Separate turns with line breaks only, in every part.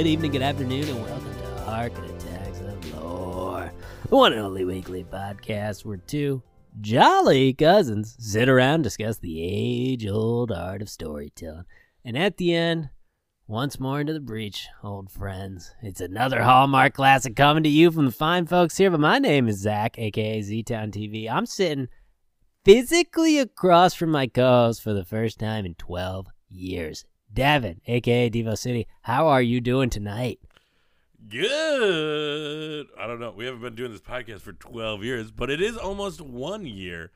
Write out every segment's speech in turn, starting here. afternoon, and welcome to Ark Attacks of Lore, the one and only weekly podcast where two jolly cousins sit around and discuss the age-old art of storytelling. And at the end, once more into the breach, old friends. It's another Hallmark classic coming to you from the fine folks here. But my name is Zach, aka Z Town TV. I'm sitting physically across from my co-host for the first time in 12 years. Devin, aka Devo City, how are you doing tonight?
Good. I don't know. We haven't been doing this podcast for 12 years, but it is almost one year.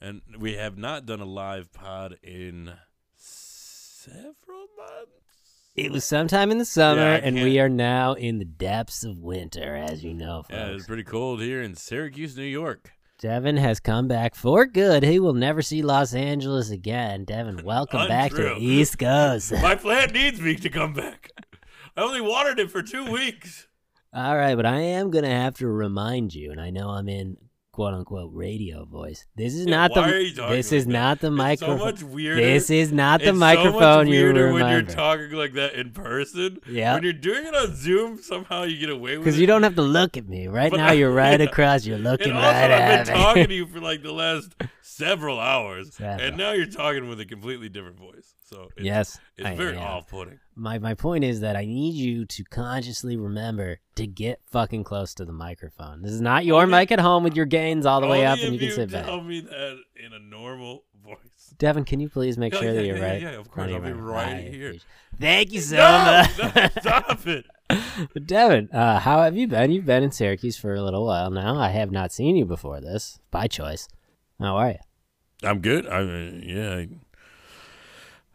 And we have not done a live pod in several months.
It was sometime in the summer,
Yeah, I
and
can't-
we are now in the depths of winter, as you know,
Yeah, it's
folks.
pretty cold here in Syracuse, New York.
Devin has come back for good. He will never see Los Angeles again. Devin, welcome back to the
Untrue.
East Coast.
My plant needs me to come back. I only watered it for two weeks.
All right, but I am gonna have to remind you, and I know I'm in quote unquote radio voice. This is
Yeah,
not
why are you
the.
talking
This
like
is
that?
not the
It's so
microphone.
much weirder.
This is not the
it's so
microphone
much
you
weirder when you're
remember
talking like that in person.
Yeah.
When you're doing it on Zoom, somehow you get away with it.
because you don't have to look at me right
But
now.
I-
You're right
yeah.
across. You're looking
and
right
also, I've
at
been
me.
talking to you for like the last several hours,
Several.
and now you're talking with a completely different voice. So it's,
Yes,
it's
I
very
am.
off-putting.
My my point is that I need you to consciously remember to get fucking close to the microphone. This is not your
Only-
mic at home with your gains all the way
Only
up,
if
and you can sit
tell
back.
me that in a normal voice.
Devin, can you please make
Yeah,
sure
yeah,
that you're
yeah,
right?
yeah, of
in
course,
front
I'll be
your mic?
right
I
here.
appreciate- Thank you so
no,
much.
no, stop it!
But Devin, uh, how have you been? You've been in Syracuse for a little while now. I have not seen you before this by choice. How are you?
I'm good. I mean, yeah.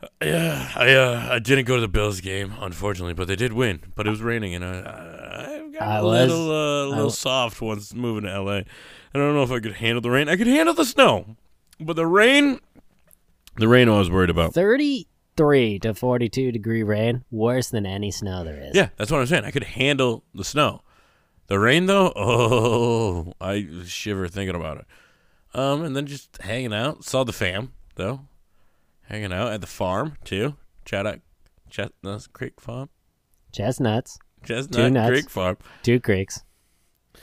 I, yeah, I uh, I didn't go to the Bills game, unfortunately, but they did win. But it was raining, and I, I got
I
a
was-
little uh, a little
w-
soft once moving to LA. I don't know if I could handle the rain. I could handle the snow, but the rain, the rain, I was worried about.
33 to 42 degree rain, worse than any snow there is.
Yeah, that's what I'm saying. I could handle the snow. The rain, though, oh, I shiver thinking about it. Um, and then just hanging out. Saw the fam though, hanging out at the farm too. Chaddock, Chestnut Creek Farm,
Chestnuts,
Chestnut
nuts.
Creek Farm.
two creeks,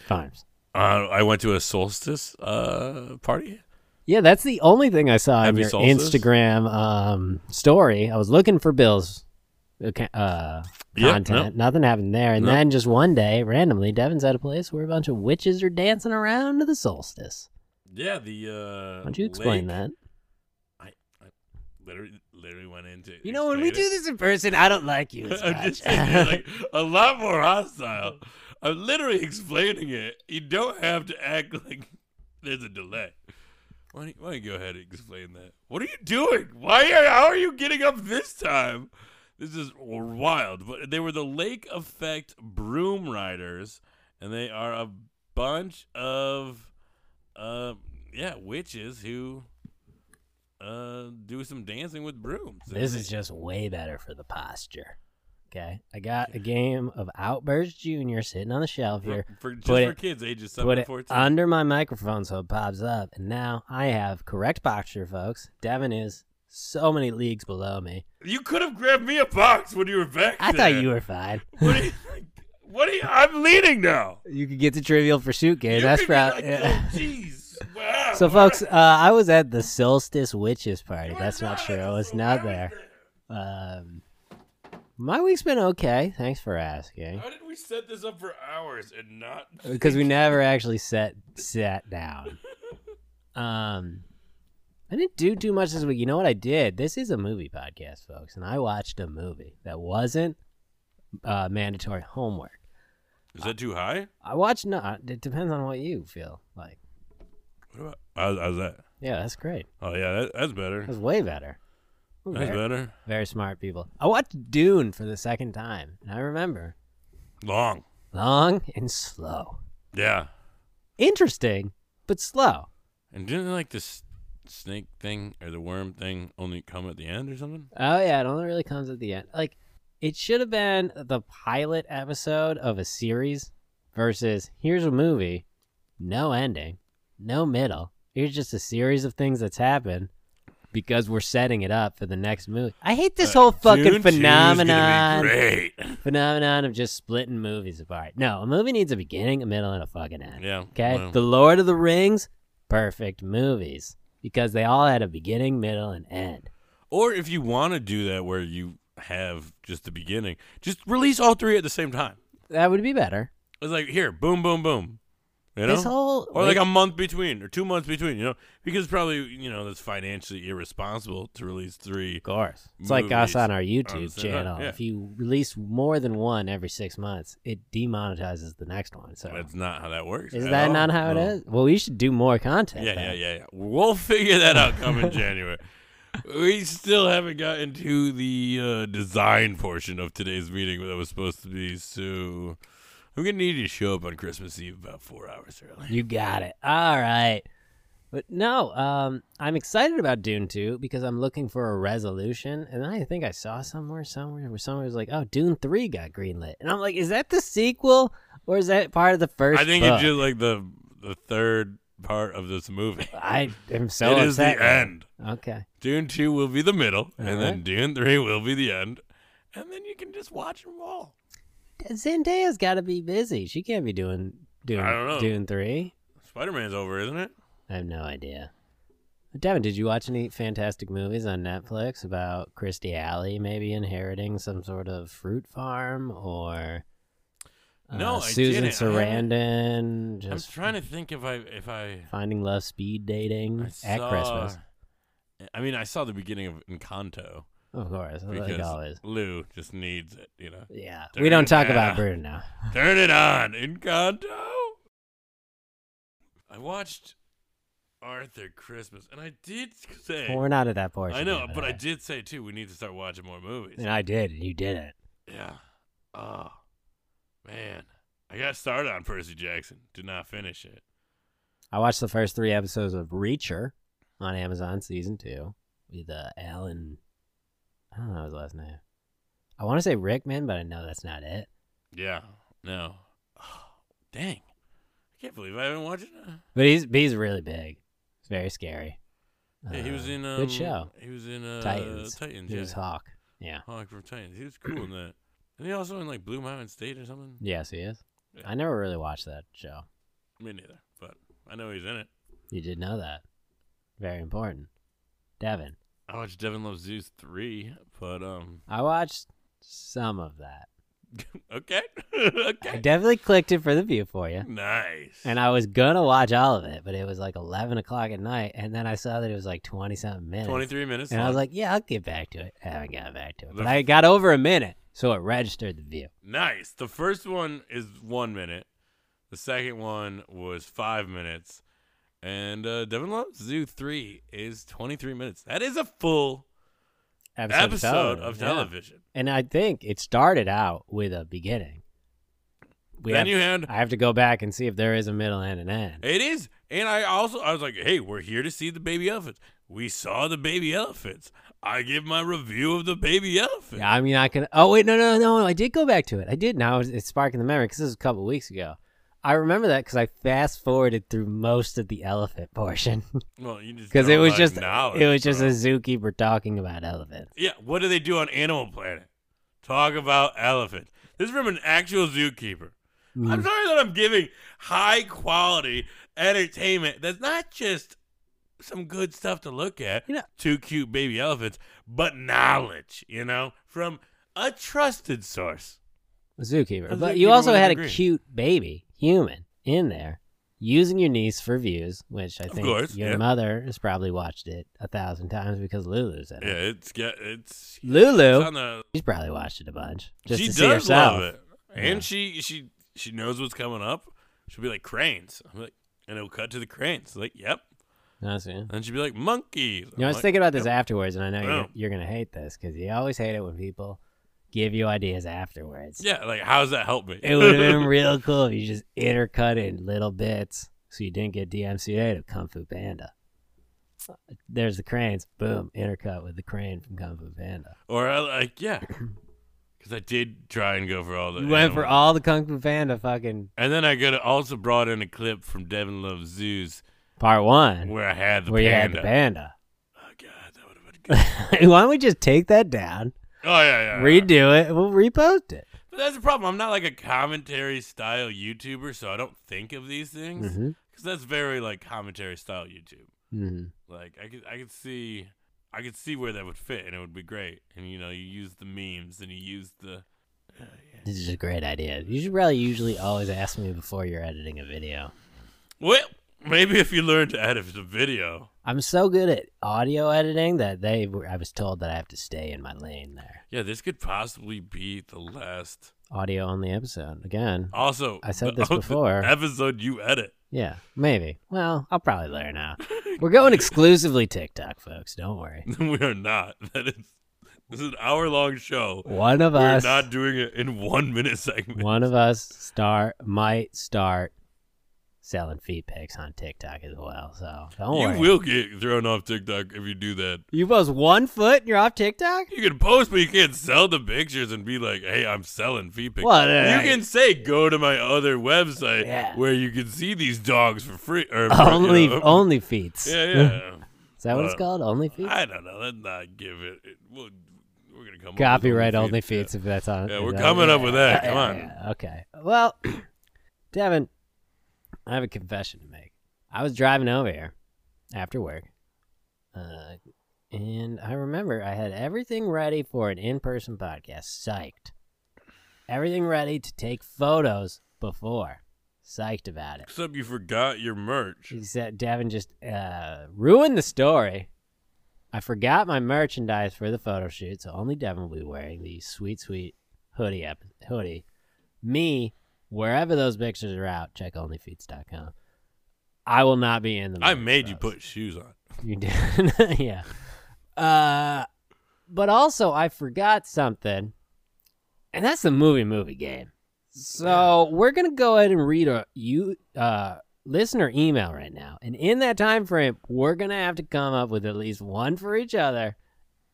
farms.
Uh, I went to a solstice uh party.
Yeah, that's the only thing I saw in
Happy
your
solstice.
Instagram um, story. I was looking for Bill's okay, uh,
Yep,
content. Nothing happened there. And
No.
then just one day, randomly, Devin's at a place where a bunch of witches are dancing around to the solstice.
Yeah, the. uh
Why don't you explain that?
Literally, literally went into.
You know, when we do this in person, I don't like you as
I'm just
much.
saying, you're, like a lot more hostile. I'm literally explaining it. You don't have to act like there's a delay. Why don't, you, why don't you go ahead and explain that? What are you doing? Why are, how are you getting up this time? This is wild. But they were the Lake Effect Broom Riders, and they are a bunch of, uh, yeah, witches who uh do some dancing with brooms.
this is just way better for the posture. Okay, I got a game of Outburst Junior sitting on the shelf
For-
here.
For, just
Put
for
it-
kids ages 7
Put
to
it
14.
under my microphone so it pops up, and now I have correct posture, folks. Devin is so many leagues below me.
you could have grabbed me a box when you were back
I
there.
thought you were fine.
What do you think? What do you, I'm leading now.
You could get the Trivial Pursuit game.
You
That's
could be
right.
like,
Yeah.
oh, jeez. Wow.
So,
Wow.
folks, uh, I was at the Solstice Witches Party.
You were
That's not
at
true.
the
I was
school.
not
I was
there. Um, my week's been okay. Thanks for asking.
How did we set this up for hours and not?
Because we never actually sat sat down. Um, I didn't do too much this week. You know what I did? This is a movie podcast, folks, and I watched a movie that wasn't uh, mandatory homework.
Is that too high?
I watched not. It depends on what you feel like.
What about? How's, how's that?
Yeah, that's great.
Oh yeah, that, that's better.
That's way better. We're
That's
very,
better.
very smart people. I watched Dune for the second time, and I remember
Long.
long and slow.
Yeah.
Interesting, but slow.
And didn't like this snake thing or the worm thing only come at the end or something?
Oh yeah, it only really comes at the end. Like it should have been the pilot episode of a series versus here's a movie, no ending, no middle. Here's just a series of things that's happened. because we're setting it up for the next movie. I hate this whole fucking
Dune 2 Uh, is gonna be
phenomenon
Great.
phenomenon of just splitting movies apart. No, a movie needs a beginning, a middle, and a fucking end.
Yeah.
Okay?
well,
The Lord of the Rings, perfect movies because they all had a beginning, middle, and end.
or if you want to do that where you have just the beginning, just release all three at the same time.
That would be better.
It's like here, boom, boom, boom. You know?
This whole
or like a month between or two months between, you know, because probably you know that's financially irresponsible to release three.
Of course. It's like us
movies
on our
on the
YouTube
same
channel.
time, yeah.
If you release more than one every six months, it demonetizes the next one. So
That's not how that works.
is
at
that
all.
not how
No.
it is? Well, we should do more content.
Yeah, yeah,
then.
yeah, yeah. We'll figure that out coming January. We still haven't gotten to the uh, design portion of today's meeting that was supposed to be. So I'm gonna need you to show up on Christmas Eve about four hours early.
You got it. All right. But no, um, I'm excited about Dune 2 because I'm looking for a resolution. And then I think I saw somewhere, somewhere, where somebody was like, oh, Dune 3 got greenlit. And I'm like, is that the sequel or is that part of the first
I think
book?
it's just like the the third part of this movie.
I am so
it
upset.
is the
now.
end.
Okay.
Dune 2 will be the middle, and then
Alright.
Dune 3 will be the end. And then you can just watch them all.
Zendaya's got to be busy. She can't be doing doing
I don't know.
doing three.
Spider Man's over, isn't it?
I have no idea. Devin, did you watch any fantastic movies on Netflix about Christy Alley maybe inheriting some sort of fruit farm or uh,
No, I
Susan
didn't. I haven't.
Sarandon
I'm
just
trying to think if I if I,
finding love speed
I
dating at
saw-
Christmas?
I mean, I saw the beginning of Encanto
Of course, like
because
always.
Lou just needs it, you know.
Yeah,
Turn
we don't talk
it
about
down.
Bruno now.
Turn it on, Encanto. I watched Arthur Christmas, and I did say
Well, we're not at that portion.
I know,
yet,
but I
right?
did say too we need to start watching more movies.
And I did, and you didn't.
Yeah. Oh, man. I got started on Percy Jackson. Did not finish it.
I watched the first three episodes of Reacher on Amazon season two with uh, Alan. I don't know his last name. I want to say Rickman, but I know that's not it.
Yeah. No. Oh, dang. I can't believe I haven't watched it.
But he's he's really big. It's very scary.
yeah, he was
Uh,
in um,
good show.
He was in uh,
Titans.
Titans.
He was
Yeah.
Hawk. Yeah.
Hawk from Titans. He was cool in that. And he also in like Blue Mountain State or something.
Yes, he is.
Yeah.
I never really watched that show.
Me neither. But I know he's in it.
You did know that. Very important. Devin,
I watched Devin Loves Zeus three, but um,
I watched some of that.
okay, okay,
I definitely clicked it for the view for you.
nice.
And I was gonna watch all of it, but it was like eleven o'clock at night, and then I saw that it was like twenty something minutes.
twenty three minutes.
and I
long.
was like, "Yeah, I'll get back to it." I haven't gotten back to it, but
The-
I got over a minute, so it registered the view.
Nice. The first one is one minute. The second one was five minutes. And uh, Devin Loves Zoo 3 is 23 minutes. That is a full
Episode,
episode, of
yeah.
television.
And I think it started out with a beginning. We
then
have,
you had.
I have to go back and see if there is a middle and an end.
It is. And I also, I was like, hey, we're here to see the baby elephants. We saw the baby elephants. I give my review of the baby elephant.
Yeah, I mean, I can. Oh wait, no, no, no, no. I did go back to it. I did. Now it's it's sparking the memory because this was a couple weeks ago. I remember that because I fast forwarded through most of the elephant portion
Well, you just.
because it
don't
was just
acknowledge,
it was just
bro.
a zookeeper talking about elephants.
Yeah, what do they do on Animal Planet? Talk about elephants. This is from an actual zookeeper.
Mm.
I'm sorry that I'm giving high quality entertainment that's not just some good stuff to look at,
You know-
two cute baby elephants, but knowledge, you know, from a trusted source.
A zookeeper.
A
but
zookeeper
you also
with a
had a
degree.
cute baby human in there using your niece for views, which I think
course,
your
yeah.
mother has probably watched it a thousand times because Lulu's in
Yeah,
it.
it's get it's, it's
Lulu,
on the
she's probably watched it a bunch just
she
to
does
see herself.
love it, and
Yeah.
she she she knows what's coming up. She'll be like cranes, I'm like, and it'll cut to the cranes. Like, yep,
That's it.
and she'll be like monkeys.
You know, I
I'm
was
like,
thinking about this
yep.
afterwards, and I know you're,
Yeah.
you're going to hate this because you always hate it when people give you ideas afterwards.
Yeah, like how does that help me?
It would have been real cool if you just intercut it in little bits so you didn't get DMCA to Kung Fu Panda. There's the cranes. Boom. Intercut with the crane from Kung Fu Panda.
Or I, like, yeah, because I did try and go for all the.
You went for
animals.
all the Kung Fu Panda fucking
And then I could have also brought in a clip from Devin Love Zoos
part one
where I had the
where you had
panda.
the panda.
Oh god, that Oh
Why don't we just take that down,
yeah, yeah. yeah.
redo it, and we'll repost it.
But that's the problem. I'm not like a commentary style YouTuber, so I don't think of these things because
hmm
that's very like commentary style YouTube.
hmm
Like I could, I could see, I could see where that would fit, and it would be great. And you know, you use the memes, and you use the.
This is a great idea. You should probably usually always ask me before you're editing a video.
Well, maybe if you learn to edit the video.
I'm so good at audio editing that they were, I was told that I have to stay in my lane there.
Yeah, this could possibly be the last.
Audio only episode again.
Also,
I said
the
this before.
Episode you edit.
Yeah, maybe. Well, I'll probably learn now. We're going exclusively TikTok, folks. Don't worry.
we are not. That is. This is an hour long show.
One of
We're
us,
not doing it in one minute segment.
one of us, start might start selling feet pics on TikTok as well. So don't
you
worry.
will get thrown off TikTok if you do that.
You post one foot and you're off TikTok.
You can post, but you can't sell the pictures and be like, "Hey, I'm selling feet pictures."
Well,
you
uh,
can say, "Go to my other website
Yeah.
where you can see these dogs for free." Or for, you
Only,
know.
only feet.
Yeah,
Is that what it's
Uh,
called? Only feet.
yeah. I don't know. Let's not give it. it- we'll, we're gonna come up with
Copyright only
feet.
feet. If that's on.
Yeah,
is
we're
that-
coming up with that.
yeah,
Come on.
yeah, Okay. Well, Devin, I have a confession to make. I was driving over here after work, uh, and I remember I had everything ready for an in-person podcast. Psyched. Everything ready to take photos before. Psyched about it.
Except you forgot your merch.
She said, Devin just uh, ruined the story. I forgot my merchandise for the photo shoot, so only Devin will be wearing the sweet, sweet hoodie. Up, hoodie. Me, wherever those pictures are out, check onlyfeets.com. I will not be in them.
I made you put shoes on.
You did. yeah. Uh, but also, I forgot something, and that's the movie movie game. So we're gonna go ahead and read a you uh listener email right now, and in that time frame, we're gonna have to come up with at least one for each other,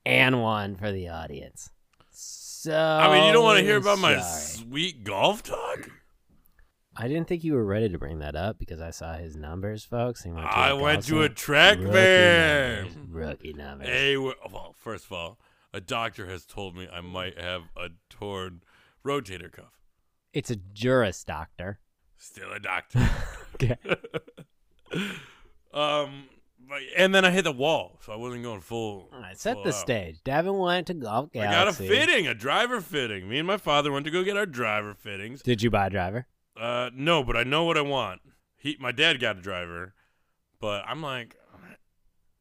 and one for the audience. So
I mean, you don't want to hear about my
Oh, sorry.
sweet golf talk.
I didn't think you were ready to bring that up because I saw his numbers, folks. and he
I
his
went to
golf
a
team.
track
Rookie
man.
numbers, Rookie numbers.
Hey, we're- well, first of all, a doctor has told me I might have a torn rotator cuff.
It's a Juris doctor.
Still a doctor.
Okay.
um, but, and then I hit the wall, so I wasn't going full.
All right, set
full
the
out.
stage. Devin went to Golf
Oh, I got a
Galaxy.
fitting, a driver fitting. Me and my father went to go get our driver fittings.
Did you buy a driver?
Uh, no, but I know what I want. He, my dad got a driver, but I'm like,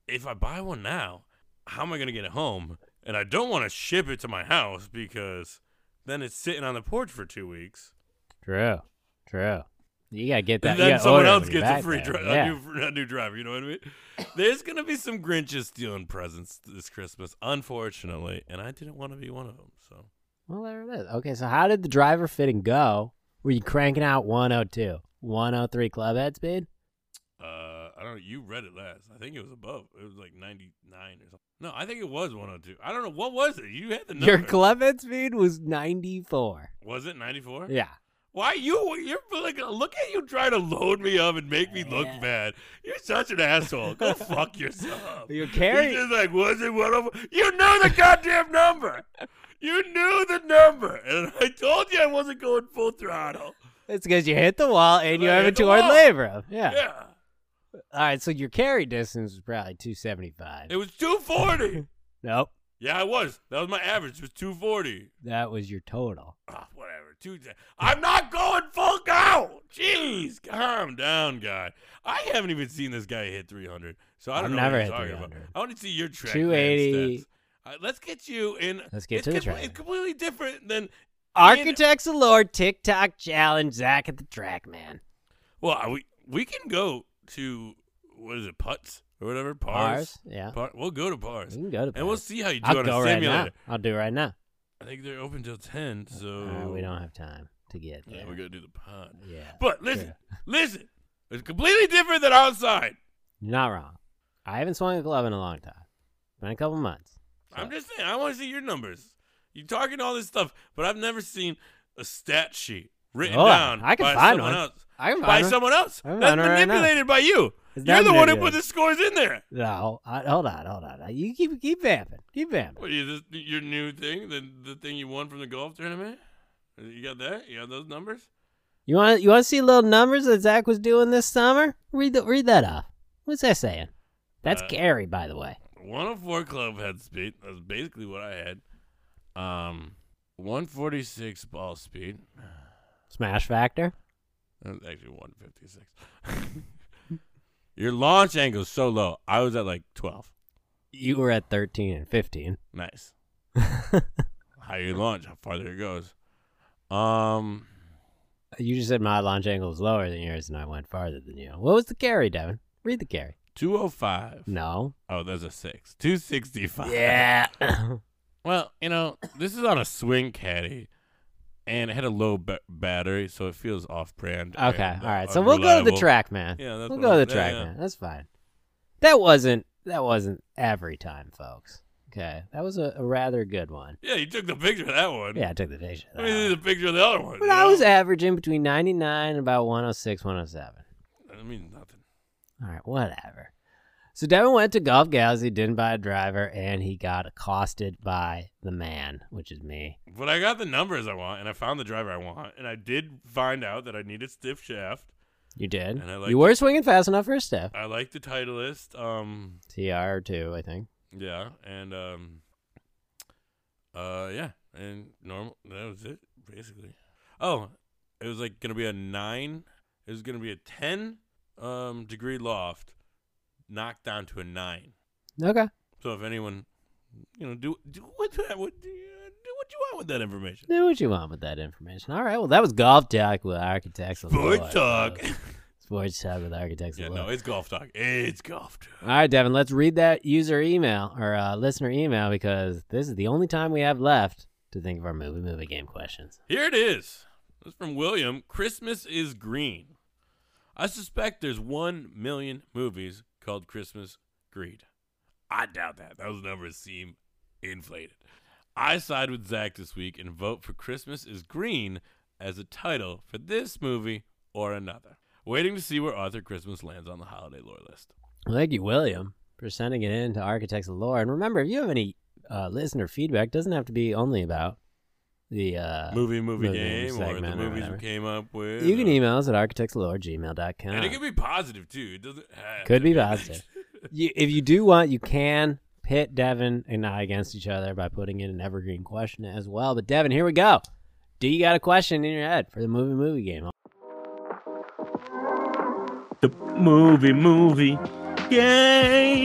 if I buy one now, how am I gonna get it home? And I don't want to ship it to my house because then it's sitting on the porch for two weeks.
True. True. You gotta get that.
And
you
then
gotta
someone
order it
else
when you're
gets a
back
free
there.
driver,
Yeah.
a, new, a new driver. You know what I mean? There's gonna be some Grinches stealing presents this Christmas, unfortunately, and I didn't want to be one of them. So
Well, there it is. Okay, so how did the driver fitting go? Were you cranking out 102, 103 club head speed?
Uh, I don't know. You read it last. I think it was above. It was like 99 or something. No, I think it was 102. I don't know. What was it? You had the number.
Your club head speed was 94.
was it 94?
Yeah.
Why you? You're like, look at you trying to load me up and make me look
Yeah.
bad. You're such an asshole. Go fuck yourself.
You're carrying-
You're Oh. just like, was it 104? You knew the goddamn number. You knew the number. And I told you I wasn't going full throttle.
It's because you hit the wall and you
I
have a
hit the
torn
wall.
labrum. Yeah.
Yeah.
All right, so your carry distance was probably 275.
It was 240.
nope.
yeah, I was. That was my average. It was 240.
That was your total.
Ah, whatever. Tuesday. I'm not going full go. Jeez, calm down, guy. I haven't even seen this guy hit 300, so I don't
I've
know
never
what you're
hit
talking about.
300.
I want to see your track.
280.
280. let's get you in.
Let's get
it's
to the
comple-
track.
It's completely different than.
Architects Allure TikTok challenge Zach at the track, man.
Well, I- we we can go to what is it, putts or whatever, pars.
Yeah.
Par, we'll go to
We
pars,
can go to
and we'll
Paris.
see how you do
I'll
on
go
a
right
simulator.
now. I'll do it right now.
I think they're open till 10, so
Uh, we don't have time to get there.
Yeah, we gotta do the pod.
Yeah.
But listen, listen, it's completely different than outside.
You're not wrong. I haven't swung a club in a long time. Been a couple months.
I'm just saying, I want to see your numbers. You're talking all this stuff, but I've never seen a stat sheet written
Oh, I-
down
I can
by
find
someone
one.
else.
I can
by
find one.
someone else.
I can
That's
find one right now.
manipulated by you.
It's
You're
not
the one who
video.
put the scores in there.
No, I, hold on, hold on. You keep keep vamping, keep vamping.
What is this your new thing? The the thing you won from the golf tournament? You got that? You got those numbers?
You want you want to see little numbers that Zach was doing this summer? Read the, read that off. What's that saying? That's
Uh,
Gary, by the way.
104 club head speed. That's basically what I had. Um, 146 ball speed.
Smash Factor.
That was actually 156. Your launch angle is so low. I was at like 12.
You were at thirteen and fifteen.
Nice. How you launch? How farther it goes? Um,
You just said my launch angle was lower than yours, and I went farther than you. What was the carry, Devin? Read the carry.
205.
No.
Oh, there's a six. 265.
Yeah.
Well, you know, this is on a swing caddy, and it had a low ba- battery, so it feels off-brand.
okay.
and
All right. So we'll go to the
unreliable.
track, man.
Yeah, that's
we'll
what
go
I'm-
to the
yeah,
track,
yeah.
man. That's fine. That wasn't that wasn't every time, folks. Okay, that was a, a rather good one.
Yeah, you took the picture of that one.
Yeah, I took the picture. of
I
that
mean, this is
one.
a picture of the other one.
But
you
I was
know?
averaging between 99 and about 106, 107.
I mean, nothing.
All right, whatever. So Devin went to Golf Galaxy, didn't buy a driver, and he got accosted by the man, which is me.
But I got the numbers I want, and I found the driver I want, and I did find out that I need a stiff shaft.
You did.
And I like
you were swinging fast enough for a step.
I like the Titleist. Um,
TR2, I think.
yeah, and um, uh, yeah, and normal. That was it, basically. Oh, it was like gonna be a nine. It was gonna be a ten um degree loft, knocked down to a nine.
Okay.
So if anyone, you know, do do what that would do what you want with that information.
Do what you want with that information. All right. Well, that was golf talk with architects.
Board
Board
talk.
Sports talk with architects.
yeah,
Allure.
no, it's golf talk. It's golf talk.
All right, Devin. Let's read that user email or uh, listener email because this is the only time we have left to think of our movie movie game questions.
Here it is. It's from William. Christmas is green. I suspect there's one million movies called Christmas Greed. I doubt that. Those numbers seem inflated. I side with Zach this week and vote for Christmas is Green as a title for this movie or another. Waiting to see where Arthur Christmas lands on the holiday lore list.
Well, thank you, William, for sending it in to Architects of Lore. And remember, if you have any uh, listener feedback, it doesn't have to be only about the uh,
movie, movie,
movie
game, or the
segment or
movies
whatever.
we came up with.
You can
or-
email us at architectslore@gmail.com.
and it can be positive too. It doesn't have
Could
to
be positive. you, if you do want, you can pit Devin and I against each other by putting in an evergreen question as well. But Devin, here we go. Do you got a question in your head for the movie movie game?
The movie, movie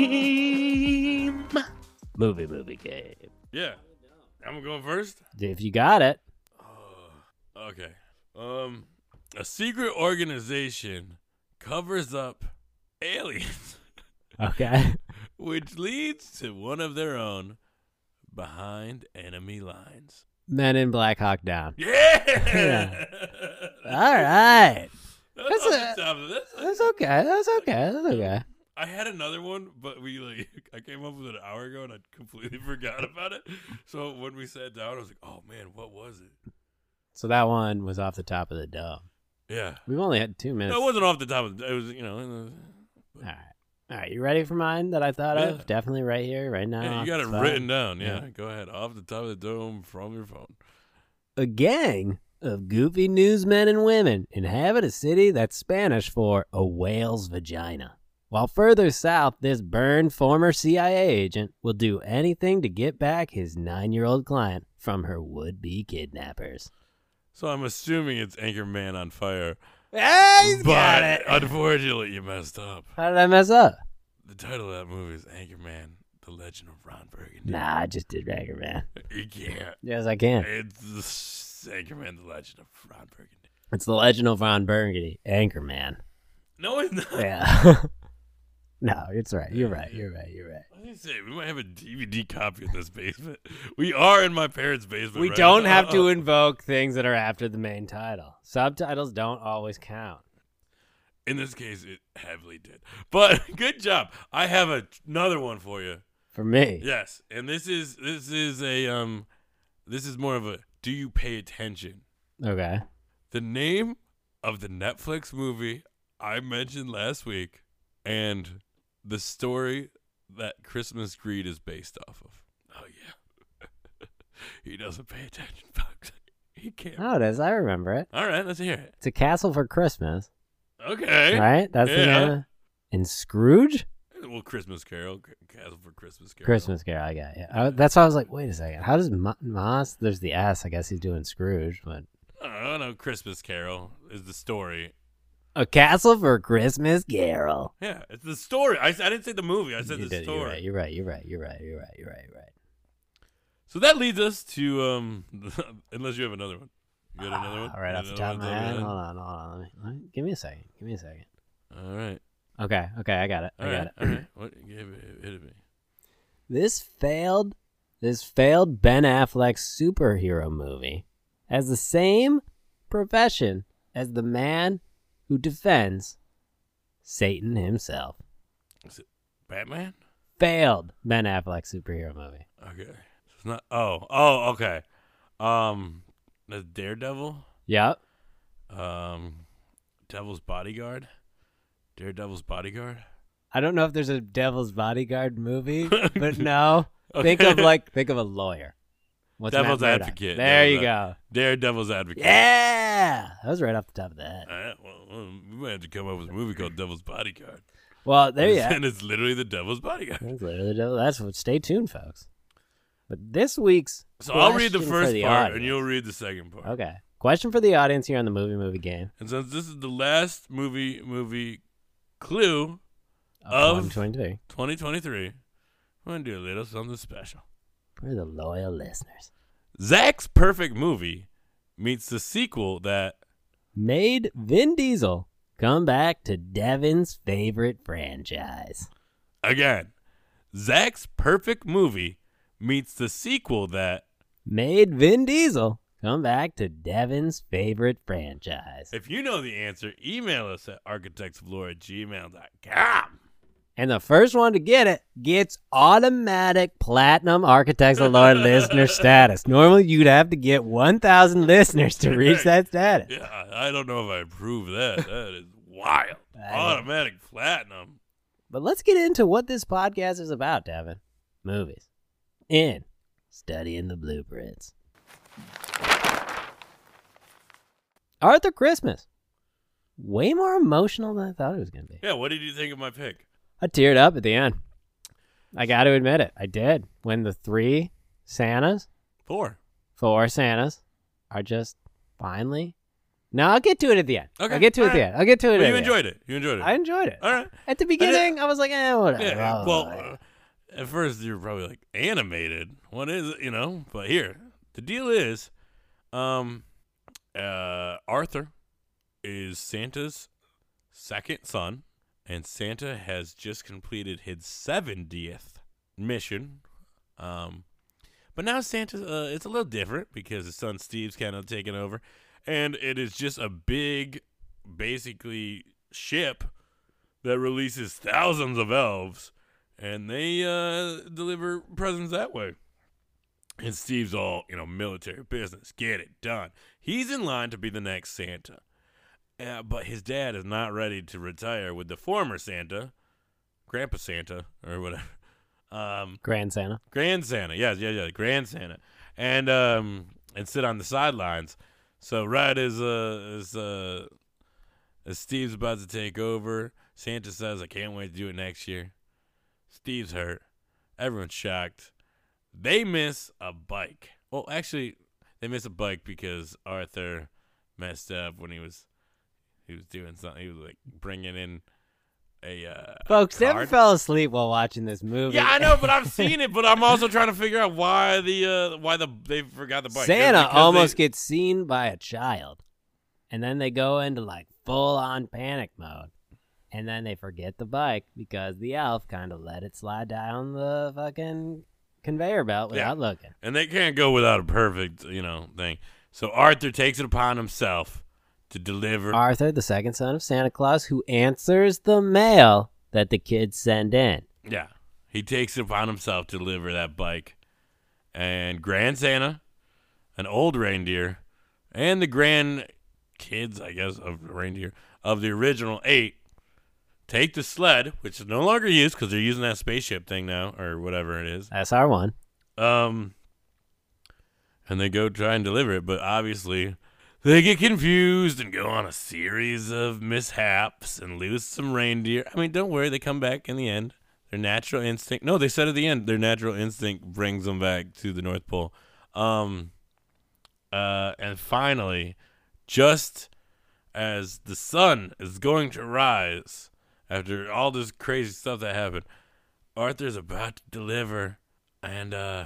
game.
Movie movie game.
Yeah, I'm going first. Uh,
If you got it,
Okay. Um, a secret organization covers up aliens,
okay.
which leads to one of their own behind enemy lines.
Men in Black Hawk Down.
Yeah.
All right.
That's,
That's
off the top of this.
That's okay. That's okay. That's okay.
I had another one, but we like I came up with it an hour ago and I completely forgot about it. So when we sat down, I was like, "Oh man, what was it?"
So that one was off the top of the dome.
Yeah,
We've only had two minutes.
no, it wasn't off the top of it. Was you know, in
All right. All right. You ready for mine that I thought
Yeah.
of? Definitely right here, right now.
the, yeah,
off
you got
the
it
phone.
written down. Yeah.
Yeah.
go ahead, off the top of the dome from your phone.
A gang of goofy newsmen and women inhabit a city that's Spanish for a whale's vagina. While further south, this burned former CIA agent will do anything to get back his nine year old client from her would be kidnappers.
So I'm assuming it's Anchorman on fire,
Hey,
but unfortunately, you messed up.
How did I mess up?
The title of that movie is Anchorman: The Legend of Ron Burgundy.
Nah, I just did Ragger Man.
You can't.
Yes, I can.
It's the s- Anchorman: The Legend of Ron Burgundy.
It's the legend of Ron Burgundy, Anchorman.
No, it's not.
Yeah. no, it's right. You're right. You're right. You're right.
I was gonna say we might have a DVD copy in this basement. We are in my parents' basement.
We
right
don't
now.
have to invoke things that are after the main title. Subtitles don't always count.
In this case, it heavily did. But good job. I have a, another one for you.
For me.
Yes, and this is this is a um, this is more of a do you pay attention?
Okay.
The name of the Netflix movie I mentioned last week and the story that Christmas Greed is based off of. Oh yeah, he doesn't pay attention, folks. He can't.
Oh, it is. I remember it.
All right, let's hear it.
It's a castle for Christmas,
Okay.
right? That's the
yeah.
name. of- And Scrooge,
Well, Christmas Carol, C- Castle for Christmas Carol.
Christmas Carol. I got yeah. Uh, that's why I was like, wait a second. How does Ma- Moss? There's the S. I guess he's doing Scrooge, but
I don't know. Christmas Carol is the story.
a castle for Christmas Carol.
Yeah, it's the story. I, s- I didn't say the movie. I said
You
the
did it.
story.
You're right. You're right. You're right. You're right. You're right. You're right. You're right.
So that leads us to um, unless you have another one. You got another one?
All Ah, right,
You
off the
got
top of my
another
head.
one?
Hold on, hold on. Let me, let me- give me a second. Give me a second.
All right.
Okay, okay, I got it.
All
I
right.
got
All
it.
right. What give it, hit it me?
This failed, this failed Ben Affleck superhero movie has the same profession as the man who defends Satan himself.
Batman?
Failed Ben Affleck superhero movie.
Okay. It's not Oh, oh, okay. Um the Daredevil,
Yep.
um Devil's Bodyguard. Daredevil's Bodyguard.
I don't know if there's a Devil's Bodyguard movie, but no. Think of
Okay.
like think of a lawyer. What's Matt
Devil's
Murdock?
Advocate.
There
Devil's
you go.
Daredevil's Advocate.
Yeah, that was right off the top of the head.
All right, well, well, we might have to come up with a movie called Devil's Bodyguard.
Well, there you go.
And it's literally the Devil's Bodyguard.
That's literally the- that's what. Stay tuned, folks. But this week's
So I'll read the
question for
first
the
part,
audience.
and you'll read the second part.
okay question for the audience here on the movie movie game
And since this is the last movie movie clue Of-
of 2023
2023, we're gonna do a little something special.
for the loyal listeners
Zach's perfect movie meets the sequel that
made Vin Diesel come back to Devin's favorite franchise.
again. Zach's perfect movie meets the sequel that
Made Vin Diesel come back to Devin's favorite franchise.
if you know the answer, email us at architectsoflore at gmail.com.
And the first one to get it gets automatic platinum Architects of Lord listener status. Normally, you'd have to get 1,000 listeners to reach that status.
Yeah, I don't know if I approve that. That is wild.
I know.
Automatic platinum.
But let's get into what this podcast is about, Davin. Movies. In studying the blueprints. Arthur Christmas. Way more emotional than I thought it was going to be.
Yeah, what did you think of my pick?
I teared up at the end. I got to admit it. I did. When the three Santas
Four.
four Santas are just finally. No, I'll get to it at the end.
Okay,
I'll get to it at
alright.
the end. I'll get to it.
Well,
at
you
the
enjoyed it. You enjoyed
End.
it.
I enjoyed it.
All right.
At the beginning, I, was like, eh, whatever.
Yeah.
Oh,
Well,
yeah.
uh, at first you're probably like animated. What is it? You know. But here, the deal is, um, uh, Arthur is Santa's second son, and Santa has just completed his seventieth mission. Um, but now Santa, uh, it's a little different because his son Steve's kind of taken over, and it is just a big, basically ship that releases thousands of elves, and they uh, deliver presents that way. And Steve's all, you know, military business, get it done. He's in line to be the next Santa. Uh, but his dad is not ready to retire with the former Santa, Grandpa Santa, or whatever. Um,
Grand Santa.
Grand Santa, yes, yeah, yeah, Grand Santa, and um, and sit on the sidelines. So right as uh as uh as Steve's about to take over, Santa says, "I can't wait to do it next year." Steve's hurt. Everyone's shocked. They miss a bike. Well, actually, they miss a bike because Arthur messed up when he was he was doing something. He was like bringing in a uh,
Folks, never
card.
fell asleep while watching this movie.
Yeah, I know, but I've seen it. But I'm also trying to figure out why the uh, why the they forgot the bike.
Santa
Because they-
almost gets seen by a child, and then they go into like full on panic mode, and then they forget the bike because the elf kind of let it slide down the fucking conveyor belt
Yeah.
without looking.
and they can't go without a perfect, you know, thing. So Arthur takes it upon himself to deliver.
Arthur, the second son of Santa Claus, who answers the mail that the kids send in.
yeah, he takes it upon himself to deliver that bike, and Grand Santa, an old reindeer, and the grand kids, I guess, of the reindeer of the original eight take the sled, which is no longer used because they're using that spaceship thing now or whatever it is.
SR1.
Um, and they go try and deliver it, but obviously they get confused and go on a series of mishaps and lose some reindeer. I mean, don't worry, they come back in the end. Their natural instinct. No, they said at the end, their natural instinct brings them back to the North Pole. Um, uh, and finally, just as the sun is going to rise after all this crazy stuff that happened, Arthur's about to deliver, and uh,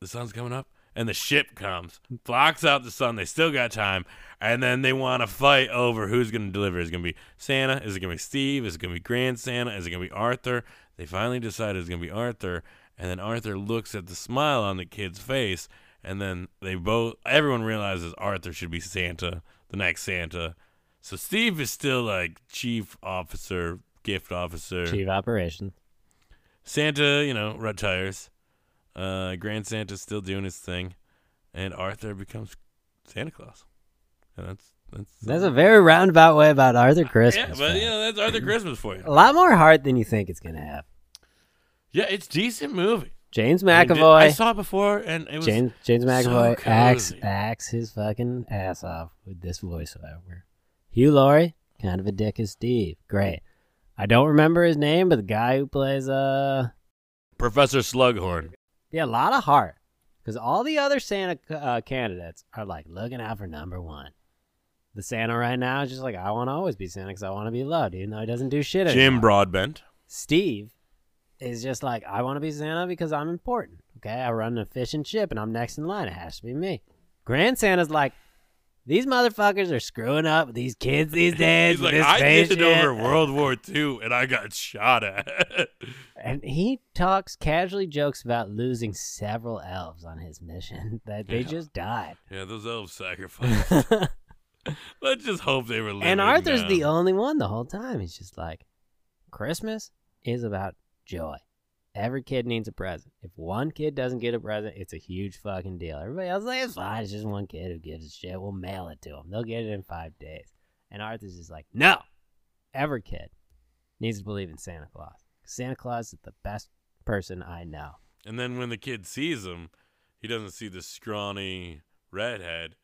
the sun's coming up, and the ship comes, blocks out the sun. They still got time, and then they want to fight over who's going to deliver. Is it going to be Santa? Is it going to be Steve? Is it going to be Grand Santa? Is it going to be Arthur? They finally decide it's going to be Arthur, and then Arthur looks at the smile on the kid's face, and then they both, everyone realizes Arthur should be Santa, the next Santa. So Steve is still like chief officer, gift officer.
Chief Operations.
Santa, you know, retires. Uh, Grand Santa's still doing his thing, and Arthur becomes Santa Claus. And that's that's
That's a very roundabout way about Arthur Christmas. Oh.
yeah, but
man.
you know that's Arthur Christmas for you.
A lot more heart than you think it's going to have.
Yeah, it's decent movie.
James
I did- I,
McAvoy.
saw it before, and it was
James, James
so
McAvoy acts,
cozy.
acts his fucking ass off with this voiceover. Hugh Laurie, kind of a dick as Steve. Great. I don't remember his name, but the guy who plays, uh,
Professor Slughorn.
yeah, a lot of heart. Because all the other Santa uh, candidates are like looking out for number one. The Santa right now is just like, I want to always be Santa because I want to be loved, even though he doesn't do shit anymore.
Jim Broadbent.
Steve is just like, I want to be Santa because I'm important. Okay, I run an efficient ship and I'm next in line. It has to be me. Grand Santa's like, these motherfuckers are screwing up with these kids these days.
He's
with
like,
this
I did it
spaceship."
over World War II, and I got shot at.
And he talks casually jokes about losing several elves on his mission that they
Yeah.
just died.
yeah, those elves sacrificed. Let's just hope they were living.
and Arthur's
now.
the only one the whole time. He's just like, Christmas is about joy. Every kid needs a present. If one kid doesn't get a present, it's a huge fucking deal. Everybody else is like, it's fine. It's just one kid who gives a shit. We'll mail it to them. They'll get it in five days. And Arthur's just like, no. Every kid needs to believe in Santa Claus. Santa Claus is the best person I know.
And then when the kid sees him, he doesn't see the scrawny redhead.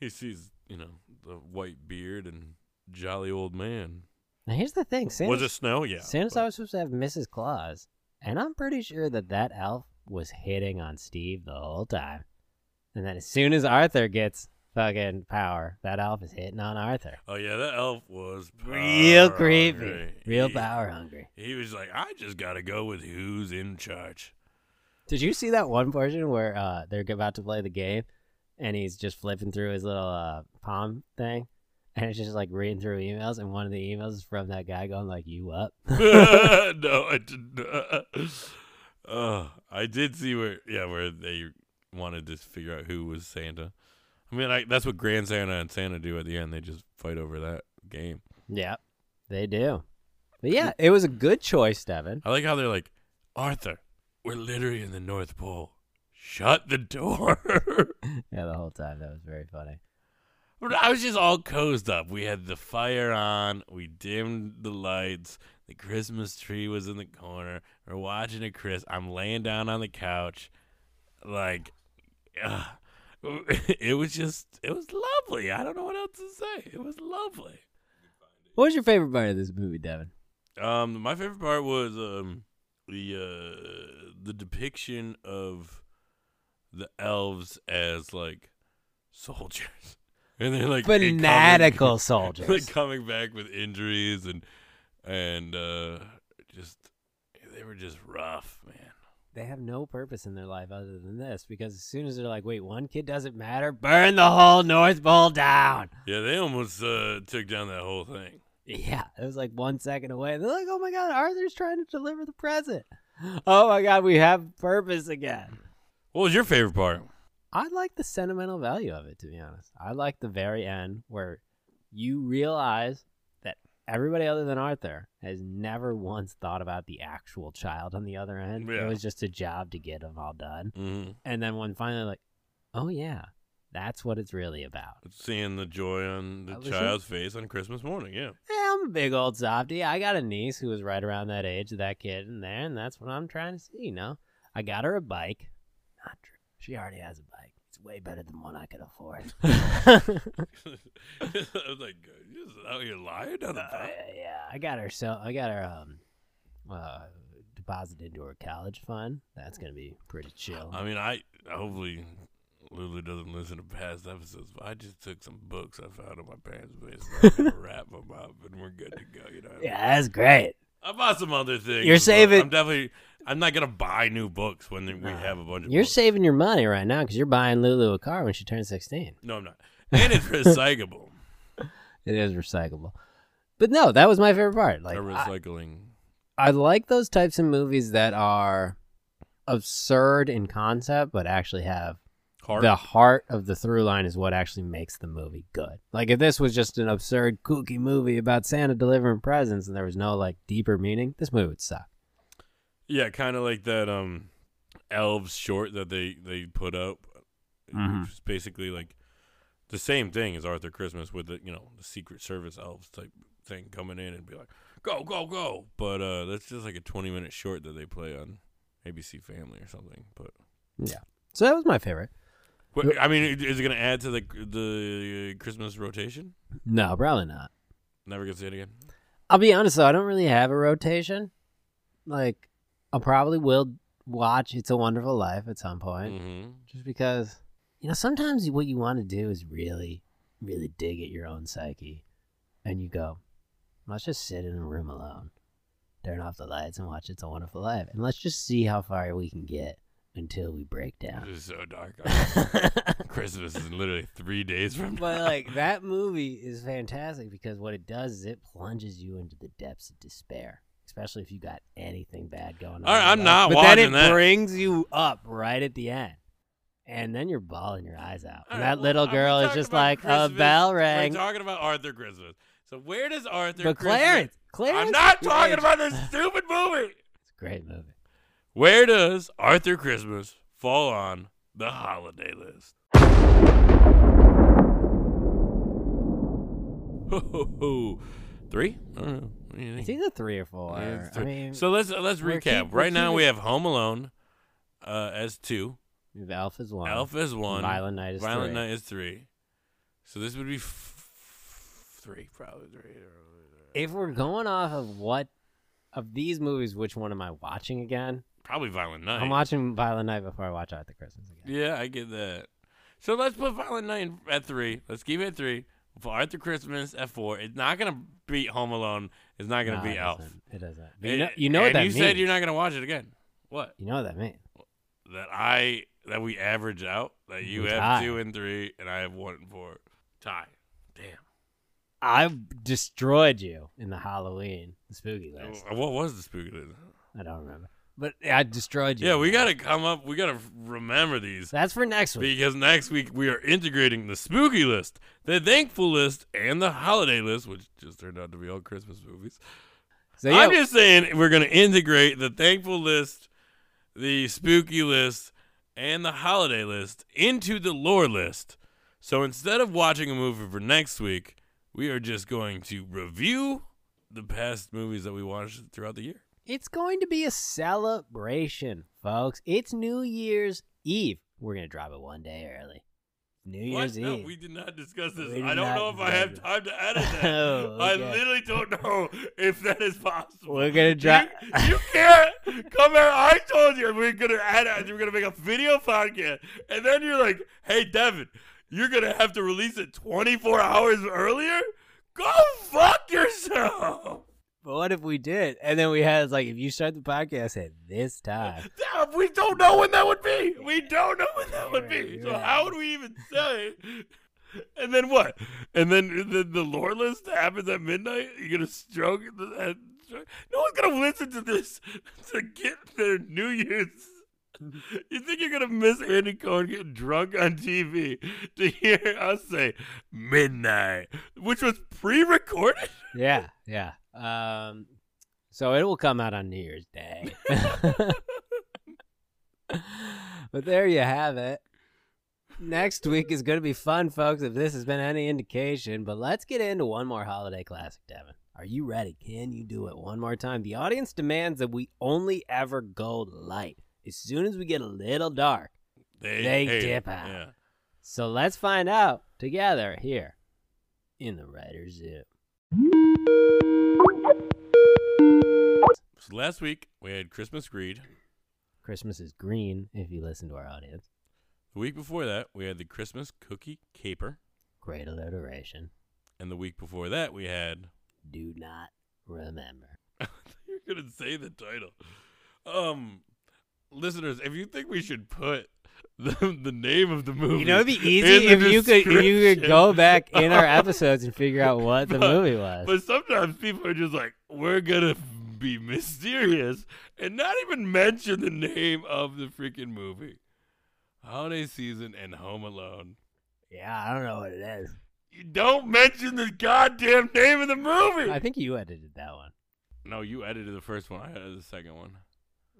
He sees, you know, the white beard and jolly old man.
Now, here's the thing. Santa
Was it snow? Yeah.
Santa's
but-
always supposed to have Mrs. Claus, and I'm pretty sure that that elf was hitting on Steve the whole time. And then as soon as Arthur gets fucking power, that elf is hitting on Arthur.
Oh yeah, that elf was
Real
power
creepy,
hungry.
real
He-
power hungry.
He was like, I just gotta go with who's in charge.
Did you see that one portion where uh, they're about to play the game, and he's just flipping through his little uh, palm thing, and it's just like reading through emails, and one of the emails is from that guy going like, "You up?"
no, I did not. Uh, I did see where, yeah, where they wanted to figure out who was Santa. I mean, I, that's what Grand Santa and Santa do at the end. They just fight over that game.
yep, they do. But yeah, it was a good choice, Devin.
I like how they're like, Arthur, we're literally in the North Pole. Shut the door.
Yeah, the whole time that was very funny.
But I was just all cozed up. We had the fire on. We dimmed the lights. The Christmas tree was in the corner. We're watching a Chris. I'm laying down on the couch, like, ugh. it was just, it was lovely. I don't know what else to say. It was lovely.
What was your favorite part of this movie, Devin?
Um, my favorite part was um the uh the depiction of the elves as like soldiers, and they're like coming-
Fanatical
like
soldiers.
coming back with injuries and and uh just they were just rough, man.
They have no purpose in their life other than this because as soon as they're like, wait, one kid doesn't matter, burn the whole North Pole down.
Yeah, they almost uh took down that whole thing.
Yeah, it was like one second away. they're like, oh my God, Arthur's trying to deliver the present. Oh my God, we have purpose again.
What was your favorite part?
I like the sentimental value of it, to be honest. I like the very end where you realize that everybody other than Arthur has never once thought about the actual child on the other end.
Yeah.
It was just a job to get them all done.
Mm-hmm.
And then when finally, like, oh yeah, That's what it's really about.
Seeing the joy on
I
the
wish it-
child's face on Christmas morning, yeah.
Yeah, I'm a big old softy. I got a niece who was right around that age of that kid in there, and that's what I'm trying to see, you know? I got her a bike. Not true. She already has a bike. It's way better than one I could afford.
I was like, "You're just out here lying down the
Uh,
path.
yeah, I got her. So I got her um, uh, deposited into her college fund. That's gonna be pretty chill.
I mean, I hopefully Lulu doesn't listen to past episodes, but I just took some books I found in my parents' basement, and wrapped them up, and we're good to go. You know, what I mean?
yeah, that's great.
I bought some other things.
You're
but
saving-
I'm definitely. I'm not gonna buy new books when we have a bunch of.
You're
books.
saving your money right now because you're buying Lulu a car when she turns 16.
no, I'm not. And it's recyclable.
It is recyclable. But no, that was my favorite part. Like,
Or
I,
recycling.
I like those types of movies that are absurd in concept, but actually have
Heart.
the heart of the through line is what actually makes the movie good. Like if this was just an absurd kooky movie about Santa delivering presents and there was no like deeper meaning, this movie would suck.
Yeah, kind of like that um, elves short that they they put up.
Mhm.
It's basically like the same thing as Arthur Christmas with the you know the Secret Service elves type thing coming in and be like, go go go. But uh, that's just like a twenty minute short that they play on ABC Family or something. But
So that was my favorite.
Wait, I mean, i- is it gonna add to the the Christmas rotation?
No, probably not.
Never gonna see it again.
I'll be honest though, I don't really have a rotation. Like I probably will watch It's a Wonderful Life at some point.
Mm-hmm.
Just because you know, sometimes what you want to do is really, really dig at your own psyche. And you go, let's just sit in a room alone, turn off the lights and watch It's a Wonderful Life. And let's just see how far we can get until we break down.
This is so dark.
but
Christmas is literally three days from now.
like that movie is fantastic because what it does is it plunges you into the depths of despair. Especially if you got anything bad going on.
All right,
in
I'm
your
not
life. but
watching
then it
that.
brings you up right at the end. And then you're bawling your eyes out.
All
And
right,
that
well,
little
are we
girl is
talking
just
about
like a
Christmas?
bell
We're
rang.
talking about Arthur Christmas. So where does Arthur?
But
Christmas-
Clarence, Clarence,
I'm not
is-
talking about this stupid movie.
It's a great movie.
Where does Arthur Christmas fall on the holiday list? Ho, ho, ho. Three? I don't know. What do you
It's
think?
either three or four.
Yeah, it's
I
three.
mean,
so let's uh, let's
we're
recap.
keep- we're
right now we
keeping-
have Home Alone uh, as two,
the Elf is one.
Alpha is one,
Violent Night is
Violent
three.
Night is three. So this would be f- three, probably three.
If we're going off of what of these movies, which one am I watching again?
Probably Violent Night.
I'm watching Violent Night before I watch Out the Christmas again.
Yeah, I get that. So let's put Violent Night at three. Let's keep it at three. For Arthur Christmas at four. It's not gonna beat Home Alone. It's not gonna
No,
beat
it
Elf.
isn't. It doesn't. But
It-
you know, you know what
and
that
you
means.
said you're not gonna watch it again. What?
You know what that means.
That I that we average out. That you
We
have
tie.
two and three, and I have one and four. Tie. Damn.
I destroyed you in the Halloween the spooky
Oh.
list.
What was the spooky? list?
I don't remember, but I destroyed you.
Yeah, we gotta come up. We gotta remember these
That's for next week.
Because next week we are integrating the spooky list, the thankful list, and the holiday list, which just turned out to be all Christmas movies.
So
I'm
yeah,
just saying we're going to integrate the thankful list, the spooky list, and the holiday list into the lore list. So instead of watching a movie for next week, we are just going to review the past movies that we watched throughout the year.
it's going to be a celebration, folks. It's New Year's Eve. We're gonna drop it one day early. New
What?
Year's
No,
Eve.
we did not discuss this.
We did
I don't
not
know if I
discuss
have
it.
time to edit that.
Oh,
I
okay.
literally don't know if that is possible.
We're gonna drop.
You, you can't come here. I told you we're gonna edit. We're gonna make a video podcast, and then you're like, "Hey, Devin, you're gonna have to release it 24 hours earlier." Go fuck yourself.
but what if we did? And then we had like, if you start the podcast at this time,
Damn, we don't know when that would be. We don't know when that would be.
You're
So
right.
how would we even say? And then what? And then the, the lore list happens at midnight. You're gonna stroke it. at- No one's gonna listen to this to get their New Year's. You think you're gonna miss Andy Cohen getting drunk on TV to hear us say midnight, which was pre-recorded?
yeah, yeah. Um, so it will come out on New Year's Day. but there you have it. Next week is going to be fun, folks, if this has been any indication. But let's get into one more holiday classic, Devin. Are you ready? Can you do it one more time? The audience demands that we only ever go light. As soon as we get a little dark,
They,
They
hate
dip
it.
out.
Yeah.
So let's find out together here in the writer's zip.
So last week we had Christmas Greed.
Christmas is green if you listen to our audience.
The week before that we had the Christmas Cookie Caper,
Great alliteration.
and the week before that we had.
Do not remember.
You're gonna say the title. Um, listeners, if you think we should put the, the name of the movie,
You know, it'd be
in
easy
the
if you could if you could go
description.
back in our episodes and figure out what the
But-
movie was.
But sometimes people are just like, we're gonna be mysterious and not even mention the name of the freaking movie. Holiday season and Home Alone.
yeah, I don't know what it is.
You don't mention the goddamn name of the movie.
I think you edited that one.
no, you edited the first one. I edited the second one.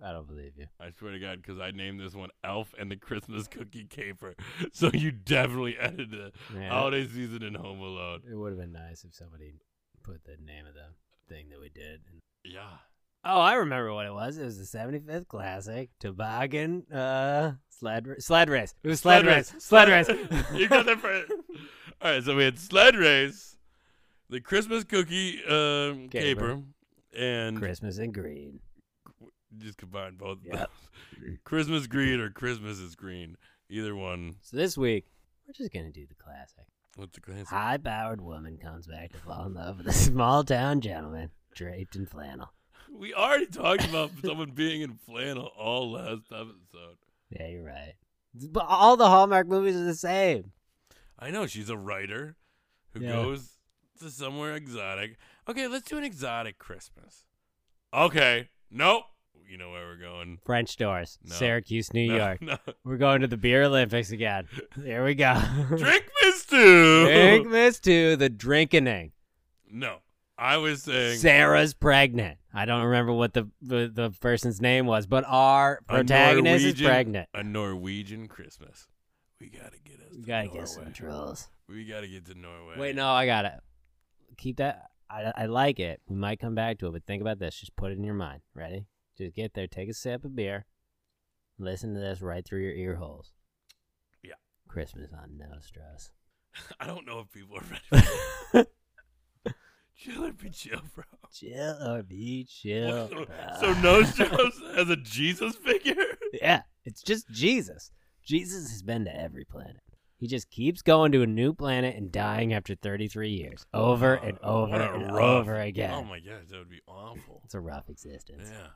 I don't believe you.
I swear to God, because I named this one Elf and the Christmas Cookie Caper. So you definitely edited the
Yeah,
Holiday season and Home Alone.
It would have been nice if somebody put the name of the thing that we did.
Yeah.
Oh, I remember what it was. It was the 75th classic toboggan uh sled r- sled race. It was sled, race. Sled race.
you got that first. All right, so we had sled race, the Christmas cookie um,
Caper.
caper, and
Christmas in green.
just combine both. of
Yep.
those. Christmas green or Christmas is green. Either one.
So this week we're just gonna do the classic.
What's the classic?
Ah. High-powered woman comes back to fall in love with a small-town gentleman draped in flannel.
We already talked about someone being in flannel all last episode.
Yeah, you're right. But all the Hallmark movies are the same.
I know she's a writer who
Yeah.
goes to somewhere exotic. Okay, let's do an exotic Christmas. Okay. Nope. You know where we're going.
French doors,
No.
Syracuse, New
No,
York.
no.
We're going to the beer Olympics again. There we go.
Drink Miss Two.
Drink this to the drinking.
No, I was saying
Sarah's pregnant. I don't remember what the the, the person's name was, but our
a
protagonist is
Norwegian-
pregnant.
A Norwegian Christmas. We gotta get us.
We
to
gotta
Norway.
get some trolls.
We gotta get to Norway.
Wait, no, I got it. Keep that. I, I like it. We might come back to it, but think about this. Just put it in your mind. Ready? Just get there, take a sip of beer, listen to this right through your ear holes.
Yeah.
Christmas on no stress.
I don't know if people are ready. For chill or be chill, bro.
chill or be chill.
so,
bro.
so Nostradamus has a Jesus figure.
Yeah, it's just Jesus. Jesus has been to every planet. He just keeps going to a new planet and dying after 33 years, over and
Oh,
over
what a
and
rough-
over
Oh
again.
my gosh, that would be awful.
It's a rough existence.
Yeah,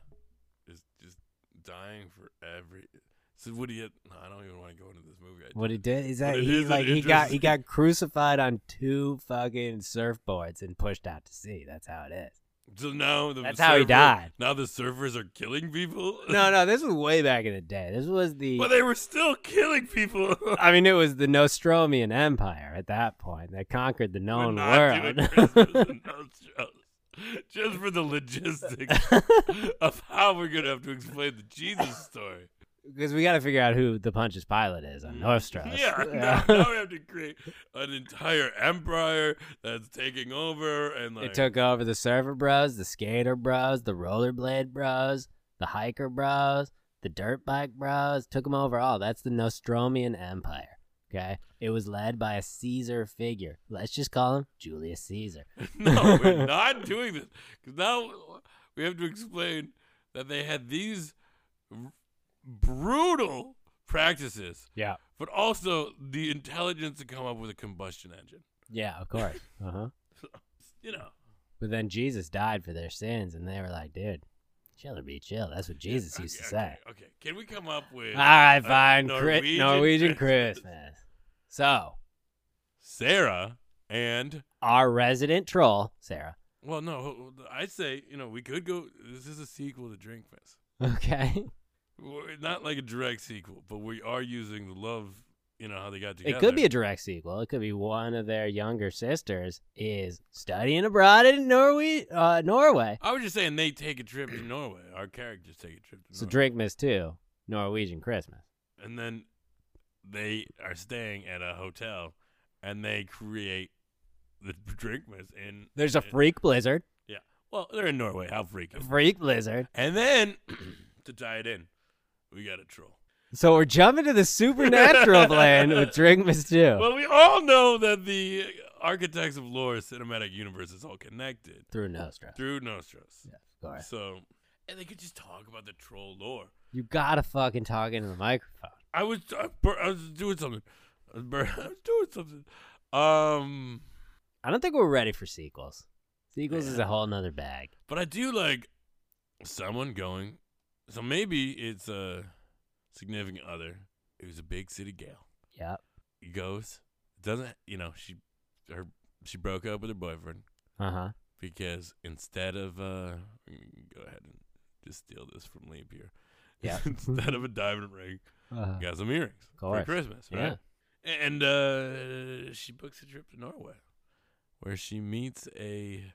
it's just dying for every. So what do you? No, I don't even want to go into this movie. I
What he did is that
But it
he
is an
like he got he
interesting-
got crucified on two fucking surfboards and pushed out to sea. That's how it is.
So now the
That's how he
surfer-
died.
Now the surfers are killing people.
No, no, this was way back in the day. This was the
but they were still killing people.
I mean, it was the Nostromian Empire at that point that conquered the known
Not doing
world.
Christmas in those shows. Just for the logistics of how we're gonna have to explain the Jesus story.
Because we got to figure out who the Pontius Pilate is on Northstrauss.
Mm. Yeah, now, now we have to create an entire empire that's taking over and like
it took over the Surfer Bros, the Skater Bros, the Rollerblade Bros, the Hiker Bros, the Dirt Bike Bros. Took them over all. That's the Nostromian Empire. Okay, it was led by a Caesar figure. Let's just call him Julius Caesar.
No, we're not doing this. Because now we have to explain that they had these r- brutal practices,
Yeah.
but also the intelligence to come up with a combustion engine.
Yeah, of course. Uh huh.
You know,
But then Jesus died for their sins, and they were like, "Dude, chill or be chill." That's what Jesus Ah. used to
okay,
say.
Okay, okay. can we come up with
All right,
a
fine. Norwegian,
Norwegian
Norwegian
Christmas.
Christmas. So,
Sarah and
our resident troll, Sarah.
well, no, I say you know we could go. This is a sequel to Drink Fest.
Okay.
We're- Not like a direct sequel, but we are using the love. You know how they got together.
It could be a direct sequel. It could be one of their younger sisters is studying abroad in Norway. Uh, Norway.
I was just saying they take a trip to Norway. Our characters take a trip to
So
Norway.
drink miss two Norwegian Christmas.
and then they are staying at a hotel and they create the drink mix in
There's a freak blizzard.
well, they're in Norway. How freaky.
Freak blizzard.
And then to tie it in, we got a troll.
So we're jumping to the supernatural land with Drigmas 2.
Well, we all know that the Architects of Lore cinematic universe is all connected
Through Nostra.
through Nostros.
Yeah, of course.
So, and they could just talk about the troll lore.
You gotta fucking talk into the microphone.
I was I, bur- I was doing something. I was, bur- I was doing something. Um,
I don't think we're ready for sequels. Sequels is
Yeah.
a whole nother bag.
but I do like someone going. So maybe it's a significant other who's a big city gal.
Yep.
Goes doesn't you know she her she broke up with her boyfriend
Uh huh.
because instead of uh we're gonna go ahead and just steal this from Leap here.
Yeah.
instead of a diamond ring,
Uh,
got some earrings for
course.
Christmas,
Yeah.
right? And uh, she books a trip to Norway, where she meets a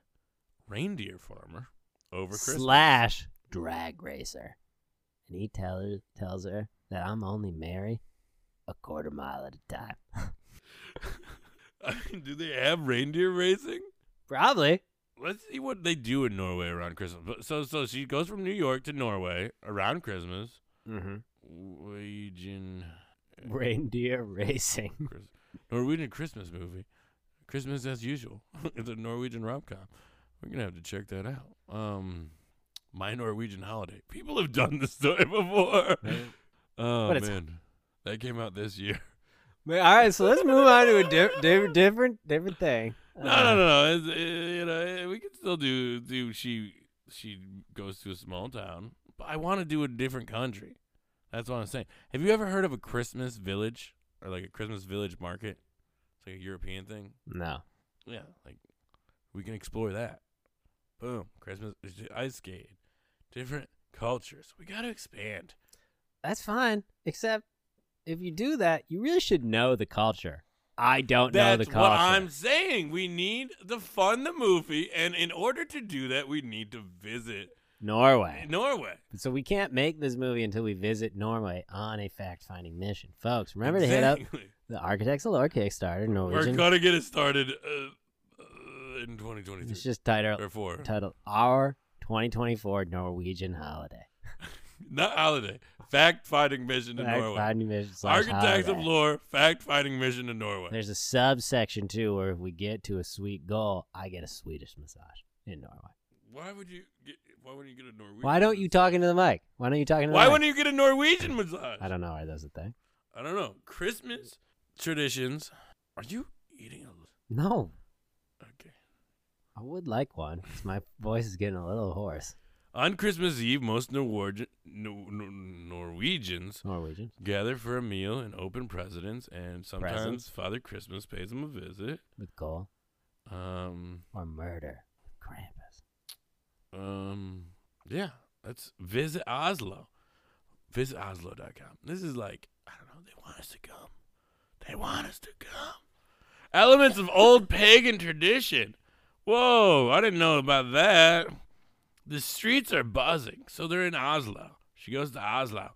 reindeer farmer over Christmas.
slash drag racer. And he tell her, tells her that I'm only married a quarter mile at a time.
I mean, do they have reindeer racing?
Probably.
Let's see what they do in Norway around Christmas. But- So, so she goes from New York to Norway around Christmas. uh,
Mm-hmm.
Norwegian,
Reindeer racing.
Chris- Norwegian Christmas movie. Christmas as usual. it's a Norwegian rom com. We're gonna have to check that out. Um, my Norwegian holiday. People have done this story before. Oh
But it's-
man, that came out this year.
all right, so let's move on to a di- di- different different thing.
No, no, no, no. It's, uh, you know, uh, we can still do do. She she goes to a small town, but I want to do a different country. That's what I'm saying. Have you ever heard of a Christmas village or like a Christmas village market? It's like a European thing.
No.
Yeah, like we can explore that. Boom, Christmas ice skate, different cultures. We got to expand.
That's fine. Except if you do that, you really should know the culture. I don't know the
That's
culture.
what I'm saying. We need to fund the movie, and in order to do that, we need to visit
Norway.
Norway.
So we can't make this movie until we visit Norway on a fact-finding mission, folks. Remember to hit up
Exactly.
the Architects of Lore Kickstarter.
We're
Norwegian.
gonna get it started uh, uh, in 2023
It's just title
or four.
title our 2024 Norwegian holiday.
Not holiday. Fact finding mission to Norway.
Fact-finding mission slash
Architects of
holiday.
lore. Fact finding mission to Norway.
There's a subsection too where if we get to a sweet goal, I get a Swedish massage in Norway.
Why would you get? Why wouldn't you get a Norwegian?
Why don't you
massage?
talk into the mic? Why don't you talk into the
Why
mic?
wouldn't you get a Norwegian massage?
I don't know. Are those a thing?
I don't know. Christmas traditions. Are you eating a?
No,
Okay.
I would like one. 'cause My voice is getting a little hoarse.
On Christmas Eve, most Norwegian no, no, Norwegians
Norwegian.
gather for a meal and open presents, and sometimes
Presents?
Father Christmas pays them a visit.
with goal
Um,
or murder with Krampus.
um, yeah, let's visit Oslo. Visit Oslo.com. This is like, I don't know, they want us to come. They want us to come. Elements of old pagan tradition. Whoa, I didn't know about that. The streets are buzzing. So they're in Oslo. She goes to Oslo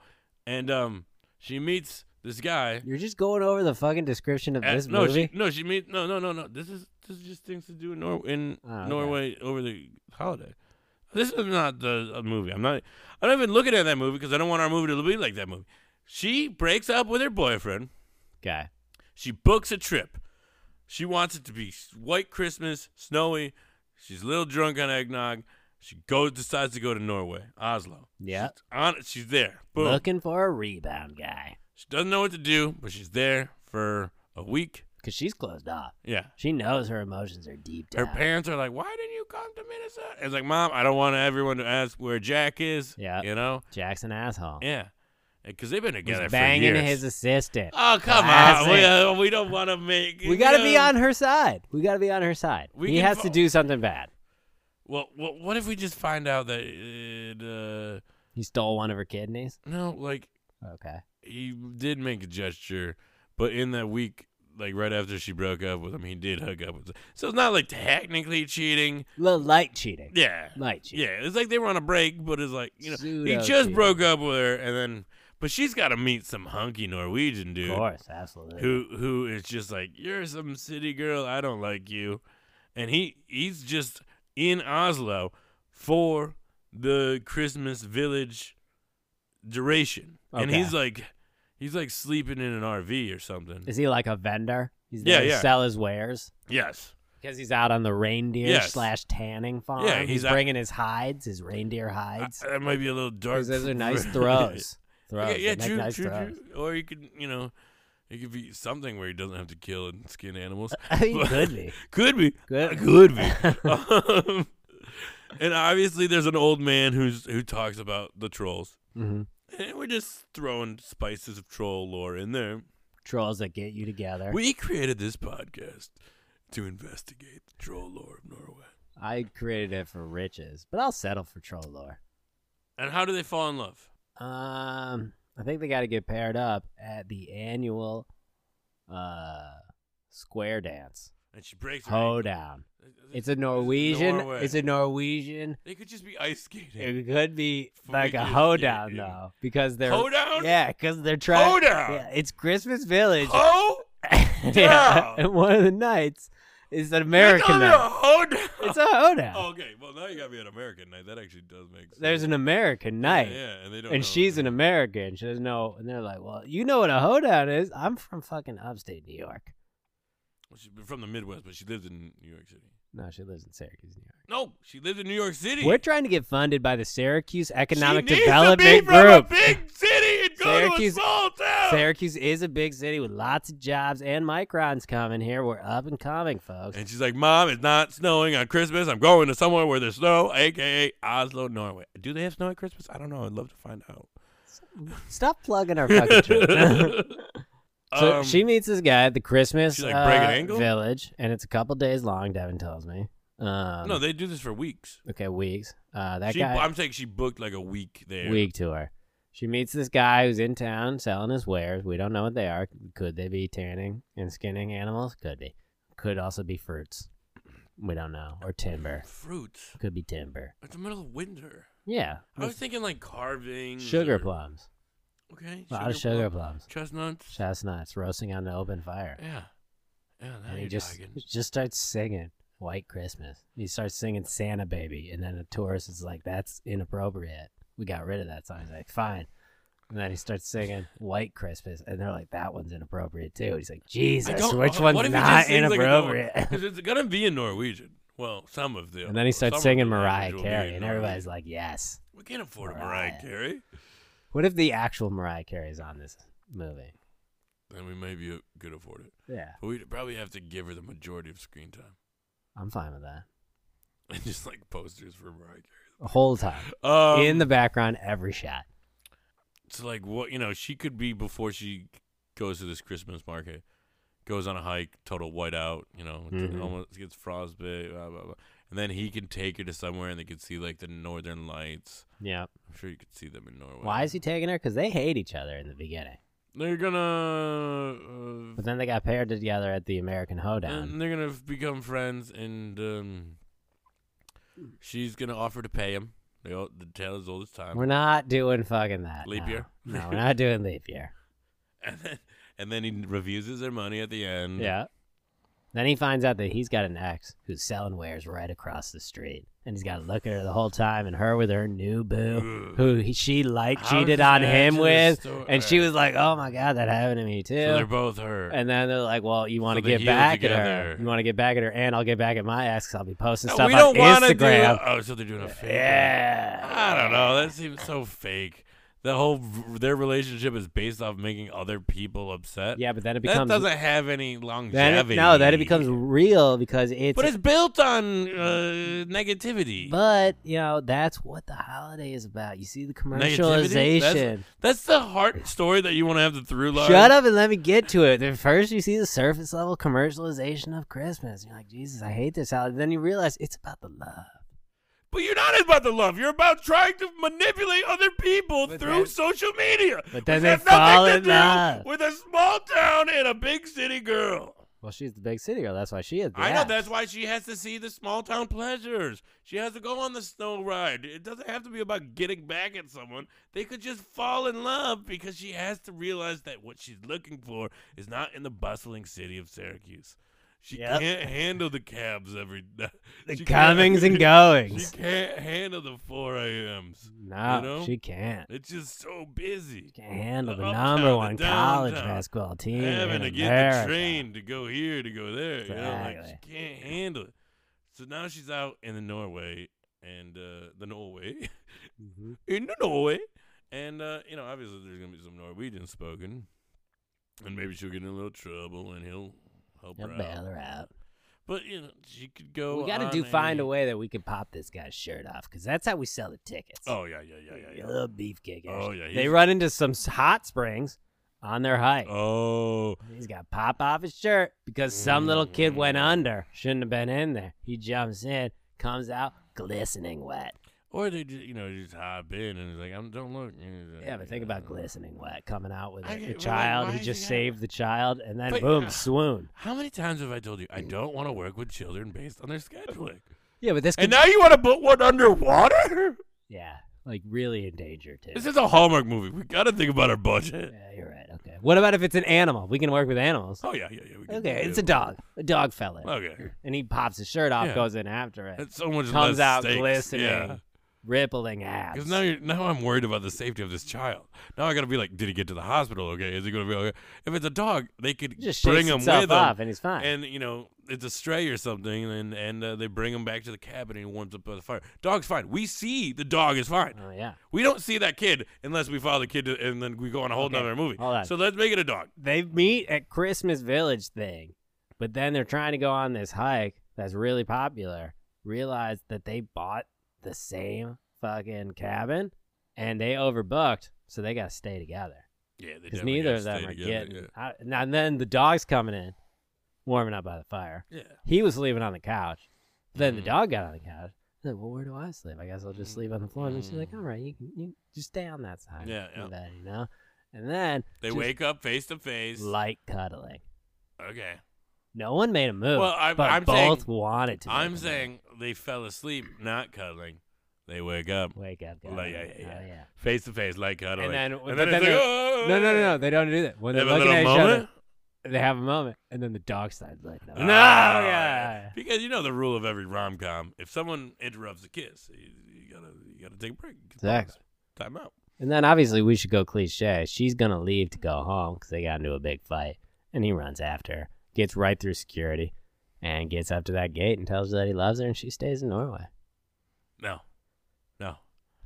and um she meets this guy.
You're just going over the fucking description of
At-
this
Eh, no,
movie.
She, no, she means no, no, no, no. This is this is just things to do in, Nor- in
Ah, okay.
Norway over the holiday. This is not the a movie. I'm not. I'm not even looking at that movie because I don't want our movie to be like that movie. She breaks up with her boyfriend.
Guy.
She books a trip. She wants it to be s- white Christmas, snowy. She's a little drunk on eggnog. She goes, decides to go to Norway, Oslo.
Yep.
She's on, she's there. Boom.
Looking for a rebound guy.
She doesn't know what to do, but she's there for a week.
Because she's closed off.
Yeah.
She knows her emotions are deep
Her
down.
parents are like, "Why didn't you come to Minnesota?" It's like, "Mom, I don't want everyone to ask where Jack is."
Yeah.
you know,
Jack's an asshole.
yeah, because they've been together
He's
for
banging
years.
his assistant.
oh come on, we, uh, we don't want to make.
we got to
you
be
know.
on her side. We got to be on her side.
We
he
can
has to
vote.
do something bad.
Well, well, what if we just find out that it, uh,
He stole one of her kidneys.
no, like
Okay.
he did make a gesture, but in that week, like right after she broke up with him, he did hook up with. So it's not like technically cheating.
Little light cheating.
Yeah,
Light cheating.
Yeah, it's like they were on a break, but it's like you know he
Pseudo
just
cheating.
broke up with her, and then But she's got to meet some hunky Norwegian dude
Of course, absolutely.
who who is just like you're some city girl. I don't like you, and he he's just in Oslo for the Christmas village duration, and
Okay.
he's like he's like sleeping in an RV or something.
Is he like a vendor? He's
Yeah,
there to
yeah.
sell his wares
yes,
because he's out on the reindeer
Yes.
slash tanning farm.
Yeah,
he's,
he's out-
bringing his hides, his reindeer
I,
hides.
that might be a little dark.
Those those are nice
for-
throws. Throws.
Okay, yeah,
They make
true,
nice
true,
throws.
true. Or you could you know. It could be something where he doesn't have to kill and skin animals.
he could be.
Could be.
Good.
Could be. um, and obviously, there's an old man who's who talks about the trolls,
hmm
and we're just throwing spices of troll lore in there.
Trolls that get you together.
We created this podcast to investigate the troll lore of Norway.
I created it for riches, but I'll settle for troll lore.
And how do they fall in love?
Um, I think they got to get paired up at the annual uh square dance
And she breaks her. ankle.
hoedown. It's a Norwegian.
Norway.
It's a Norwegian.
They could just be ice skating.
It could be
For
like a
figure
hoedown
skating.
though, because they're
Hoedown.
yeah, because they're trying.
Hoedown.
Yeah, it's Christmas Village.
Ho.
yeah,
down.
and one of the nights is an
You
American
call me a
night.
hoedown.
It's a hoedown.
Oh, okay. Well, now you got me an American night. That actually does make sense.
There's an American
Yeah,
night.
Yeah, and they don't.
and
know-
she's an American. She doesn't know. And they're like, well, you know what a hoedown is. I'm from fucking upstate New York.
Well, she's from the Midwest, but she lives in New York City.
No, she lives in Syracuse, New York.
No, she lives in New York City.
We're trying to get funded by the Syracuse Economic
she needs
Development
to be from a
Group.
big city and go
Syracuse-
to a small town.
Syracuse is a big city with lots of jobs, and Micron's coming here. We're up and coming, folks.
and she's like, "Mom, it's not snowing on Christmas. I'm going to somewhere where there's snow, aka Oslo, Norway. Do they have snow at Christmas? I don't know. I'd love to find out."
Stop plugging our fucking trip. so
Um,
she meets this guy at the Christmas
she, like, break an
uh,
ankle?
Village, and it's a couple days long. Devin tells me. Um,
No, they do this for weeks.
okay, weeks. Uh, that
She-
guy.
I'm saying she booked like a week there.
Week tour. She meets this guy who's in town selling his wares. We don't know what they are. Could they be tanning and skinning animals? Could be. Could also be fruits. We don't know. Or timber.
Fruits.
Could be timber.
It's the middle of winter.
Yeah.
I was thinking like carving.
Sugar plums.
Okay.
A lot of sugar
plum.
plums.
Chestnuts.
Chestnuts roasting on the open fire.
Yeah. Yeah, now
And he
you're
just
talking.
just starts singing White Christmas. He starts singing Santa Baby, and then the tourist is like, "That's inappropriate. We got rid of that song." He's like, "Fine." And then he starts singing White Christmas, and they're like, "That one's inappropriate too." He's like,
I
"Jesus,
don't-
which
uh, what
one's
if he just
not
sings like a Nor-
inappropriate?"
'cause it's gonna be in Norwegian. Well, some of the.
and then he
some
starts
of
singing
the
Mariah
language will be
Carey,
in
and everybody's
Norwegian.
like, "Yes."
"We can't afford a
Mariah.
Mariah Carey."
What if the actual Mariah Carey is on this movie?
Then we maybe could afford it,
Yeah,
but we'd probably have to give her the majority of screen time
I'm fine with that.
and just like posters for Mariah Carey.
The whole time,
Um,
in the background, every shot.
so like what you know, she could be before she goes to this Christmas market, goes on a hike, total whiteout. You know,
Mhm.
almost gets frostbite. Blah, blah, blah. And then he can take her to somewhere, and they could see like the northern lights.
Yeah.
I'm sure you could see them in Norway.
Why is he taking her? Because they hate each other in the beginning.
They're gonna, uh,
But then they got paired together at the American Hoedown.
and they're gonna become friends, and um, she's gonna offer to pay him. They all, the tale is old as time.
We're not doing fucking that.
Mm. Leap
no.
year?
No, we're not doing leap year.
and then, and then he refuses their money at the end.
Yeah. Then he finds out that he's got an ex who's selling wares right across the street, and he's got to look at her the whole time, and her with her new boo,
Ugh.
who he, she like
How
cheated
does
on
that
him
to the
with,
sto-
and she was like, "Oh my god, that happened to me too."
So they're both her.
and then they're like, "Well, you want to
So they
get
heal
back at her?
together.
You want to get back at her, and I'll get back at my ex. 'cause I'll be posting
No,
stuff
we
on
don't wanna do-
Instagram."
oh, so they're doing a fake.
yeah,
I don't know. That seems so fake. The whole their relationship is based off making other people upset.
Yeah, but then it
that
becomes
doesn't have any
Then
longevity.
it, no, then it becomes real because it's
But it's built on uh, negativity.
but, you know that's what the holiday is about. You see the
Negativity?
commercialization.
That's the heart story that you want to have the through line.
Shut up and let me get to it. Then first you see the surface level commercialization of Christmas. You're like, Jesus, I hate this holiday. Then you realize it's about the love.
But you're not about the love. You're about trying to manipulate other people
But
through
then-
social media.
but then
which
they
has
fall
nothing to
in
do
love.
with a small town and a big city girl.
Well, she's the big city girl. That's why she is. The
I know
ass.
that's why she has to see the small town pleasures. She has to go on the snow ride. It doesn't have to be about getting back at someone. They could just fall in love because she has to realize that what she's looking for is not in the bustling city of Syracuse. She
Yep.
can't handle the cabs every night.
the
She can't-
comings and
She
goings.
can't handle the 4 a.m.s.
No,
you know?
she can't.
It's just so busy.
She can't handle
The
the
uptown,
number
the
one college
downtown,
basketball team.
having
in
to get
America.
the train to go here to go there. You know, like she
Exactly.
can't handle it. So now she's out in the Norway and uh, the Norway
Mhm.
in the Norway, and uh, you know, obviously there's gonna be some Norwegian spoken, and maybe she'll get in a little trouble, and he'll help
They'll
her
bail
out.
her out.
But you know, she could go.
we got to
on
do find a
a-
way that we can pop this guy's shirt off because that's how we sell the tickets.
Oh yeah, yeah, yeah, yeah, yeah.
Little beefcake.
Oh,
action.
yeah,
They
he's-
run into some s- hot springs on their hike.
Oh,
He's got to pop off his shirt because some little kid went
Mm.
under. Shouldn't have been in there. He jumps in, comes out glistening wet.
or they just you know just hop in and it's like I'm don't look.
Yeah, but think about glistening wet coming out with a,
I
a
get- why-
child.
why
He
is
just
he out?
saved the child, and then
But-
boom, swoon.
How many times have I told you I don't want to work with children based on their scheduling?
Yeah, but this
And
could,
now you want to put one underwater?
yeah, like really in danger too.
This is a Hallmark movie. We got to think about our budget.
yeah, you're right. Okay, what about if it's an animal? We can work with animals.
Oh yeah, yeah, yeah. We can
Okay,
do
it's a
it.
dog. A dog fella,
Okay,
and he pops his shirt off,
Yeah.
goes in after it,
that's so much
comes
less
out
stakes.
glistening,
Yeah,
rippling abs.
because now you're now I'm worried about the safety of this child. Now I got to be like, did he get to the hospital? Okay, is he gonna be okay? If it's a dog, they could
He just
bring
shakes
him
himself
with
off,
them,
and he's fine.
and you know it's a stray or something, and and uh, they bring him back to the cabin and he warms up by the fire. Dog's fine. We see the dog is fine.
oh yeah.
We don't see that kid unless we follow the kid, to, and then we go on a whole
Okay,
nother movie.
hold on.
So let's make it a dog.
they meet at Christmas Village thing, but then they're trying to go on this hike that's really popular. Realize that they bought the same fucking cabin and they overbooked, so they gotta stay together
Yeah, they
because
definitely
neither
gotta
of them
stay
are
together,
getting. out- and- and then the dog's coming in, warming up by the fire.
Yeah.
He was sleeping on the couch. Then the
Mhm.
dog got on the couch. He's like, well, where do I sleep? I guess I'll just sleep on the floor. And then she's like,
Mhm.
all right, you, can- you just stay on that side.
Yeah,
of
yeah.
the bed, you know. And then
They
just
wake up face to face.
light cuddling.
Okay.
No one made a move.
Well, I'm-
but
I'm
both wanted to.
I'm
make a
saying they fell asleep, not cuddling. They wake up
move. Wake up, guys.
Well, yeah, yeah,
Oh,
yeah.
yeah.
face to face, like cuddling.
And then- but
and then,
then
it's like,
they're-
"Oh."
No, no, no, no. They don't do that. When
They
they're
have a
looking at
little
each
moment.
other, they have a moment, and then the dog starts looking. No,
Ah,
yeah.
Because you know the rule of every rom com: if someone interrupts a kiss, you, you gotta you gotta take a break.
Exactly.
Time out.
And then obviously we should go cliche. She's gonna leave to go home because they got into a big fight, and he runs after her, gets right through security, and gets up to that gate and tells her that he loves her, and she stays in Norway.
No, no.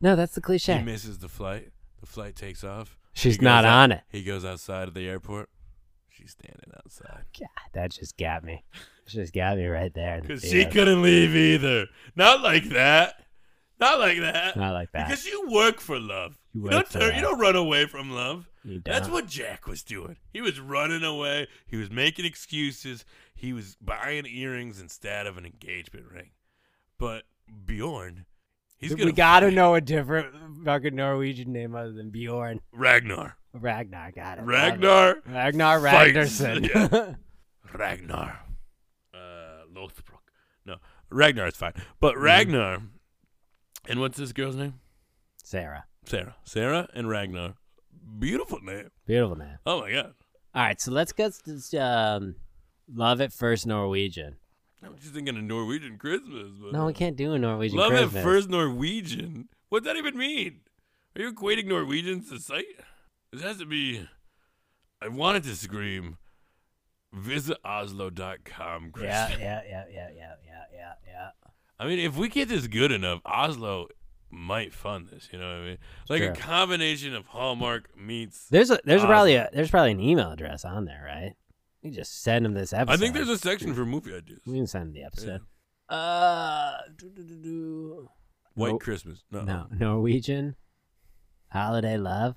No, that's the
He
cliche.
misses the flight. The flight takes off.
She's
He goes
not
out-
on it.
He goes outside of the airport. She's standing outside.
God, that just got me. That just got me right there. in the
Because she
feels.
couldn't leave either. Not like that. Not like that.
Not like that.
Because you work for love.
You
You,
work
don't
for
turn,
love.
you don't run away from love.
You
That's
don't.
what Jack was doing. He was running away. He was making excuses. He was buying earrings instead of an engagement ring. But Bjorn, he's gonna
we gotta know a different fucking Norwegian name other than Bjorn.
Ragnar.
Ragnar got it.
Ragnar.
Ragnar
Fights.
Ragnarsson.
Yeah. Ragnar. Uh, Lothbrok. No, Ragnar is fine. But
Mm-hmm.
Ragnar, and what's this girl's name?
Sarah.
Sarah. Sarah and Ragnar. Beautiful name.
Beautiful name.
Oh my god.
All right, so let's get to this, um, Love at First Norwegian.
I'm just thinking of Norwegian Christmas. But
No, we can't do a Norwegian
Love
Christmas.
at first Norwegian. What's that even mean? Are you equating Norwegians to sight? It has to be. I wanted to scream. Visit Oslo.com, Chris.
Yeah, yeah, yeah, yeah, yeah, yeah, yeah, yeah.
I mean, if we get this good enough, Oslo might fund this. You know what I mean? Like a
Sure.
combination of Hallmark meets.
There's a there's
Awesome.
probably a there's probably an email address on there, right? You just send them this episode.
I think there's a section for movie ideas.
we can send them the episode. Uh, do, do, do, do.
White
Nope.
Christmas. No.
No, Norwegian holiday love.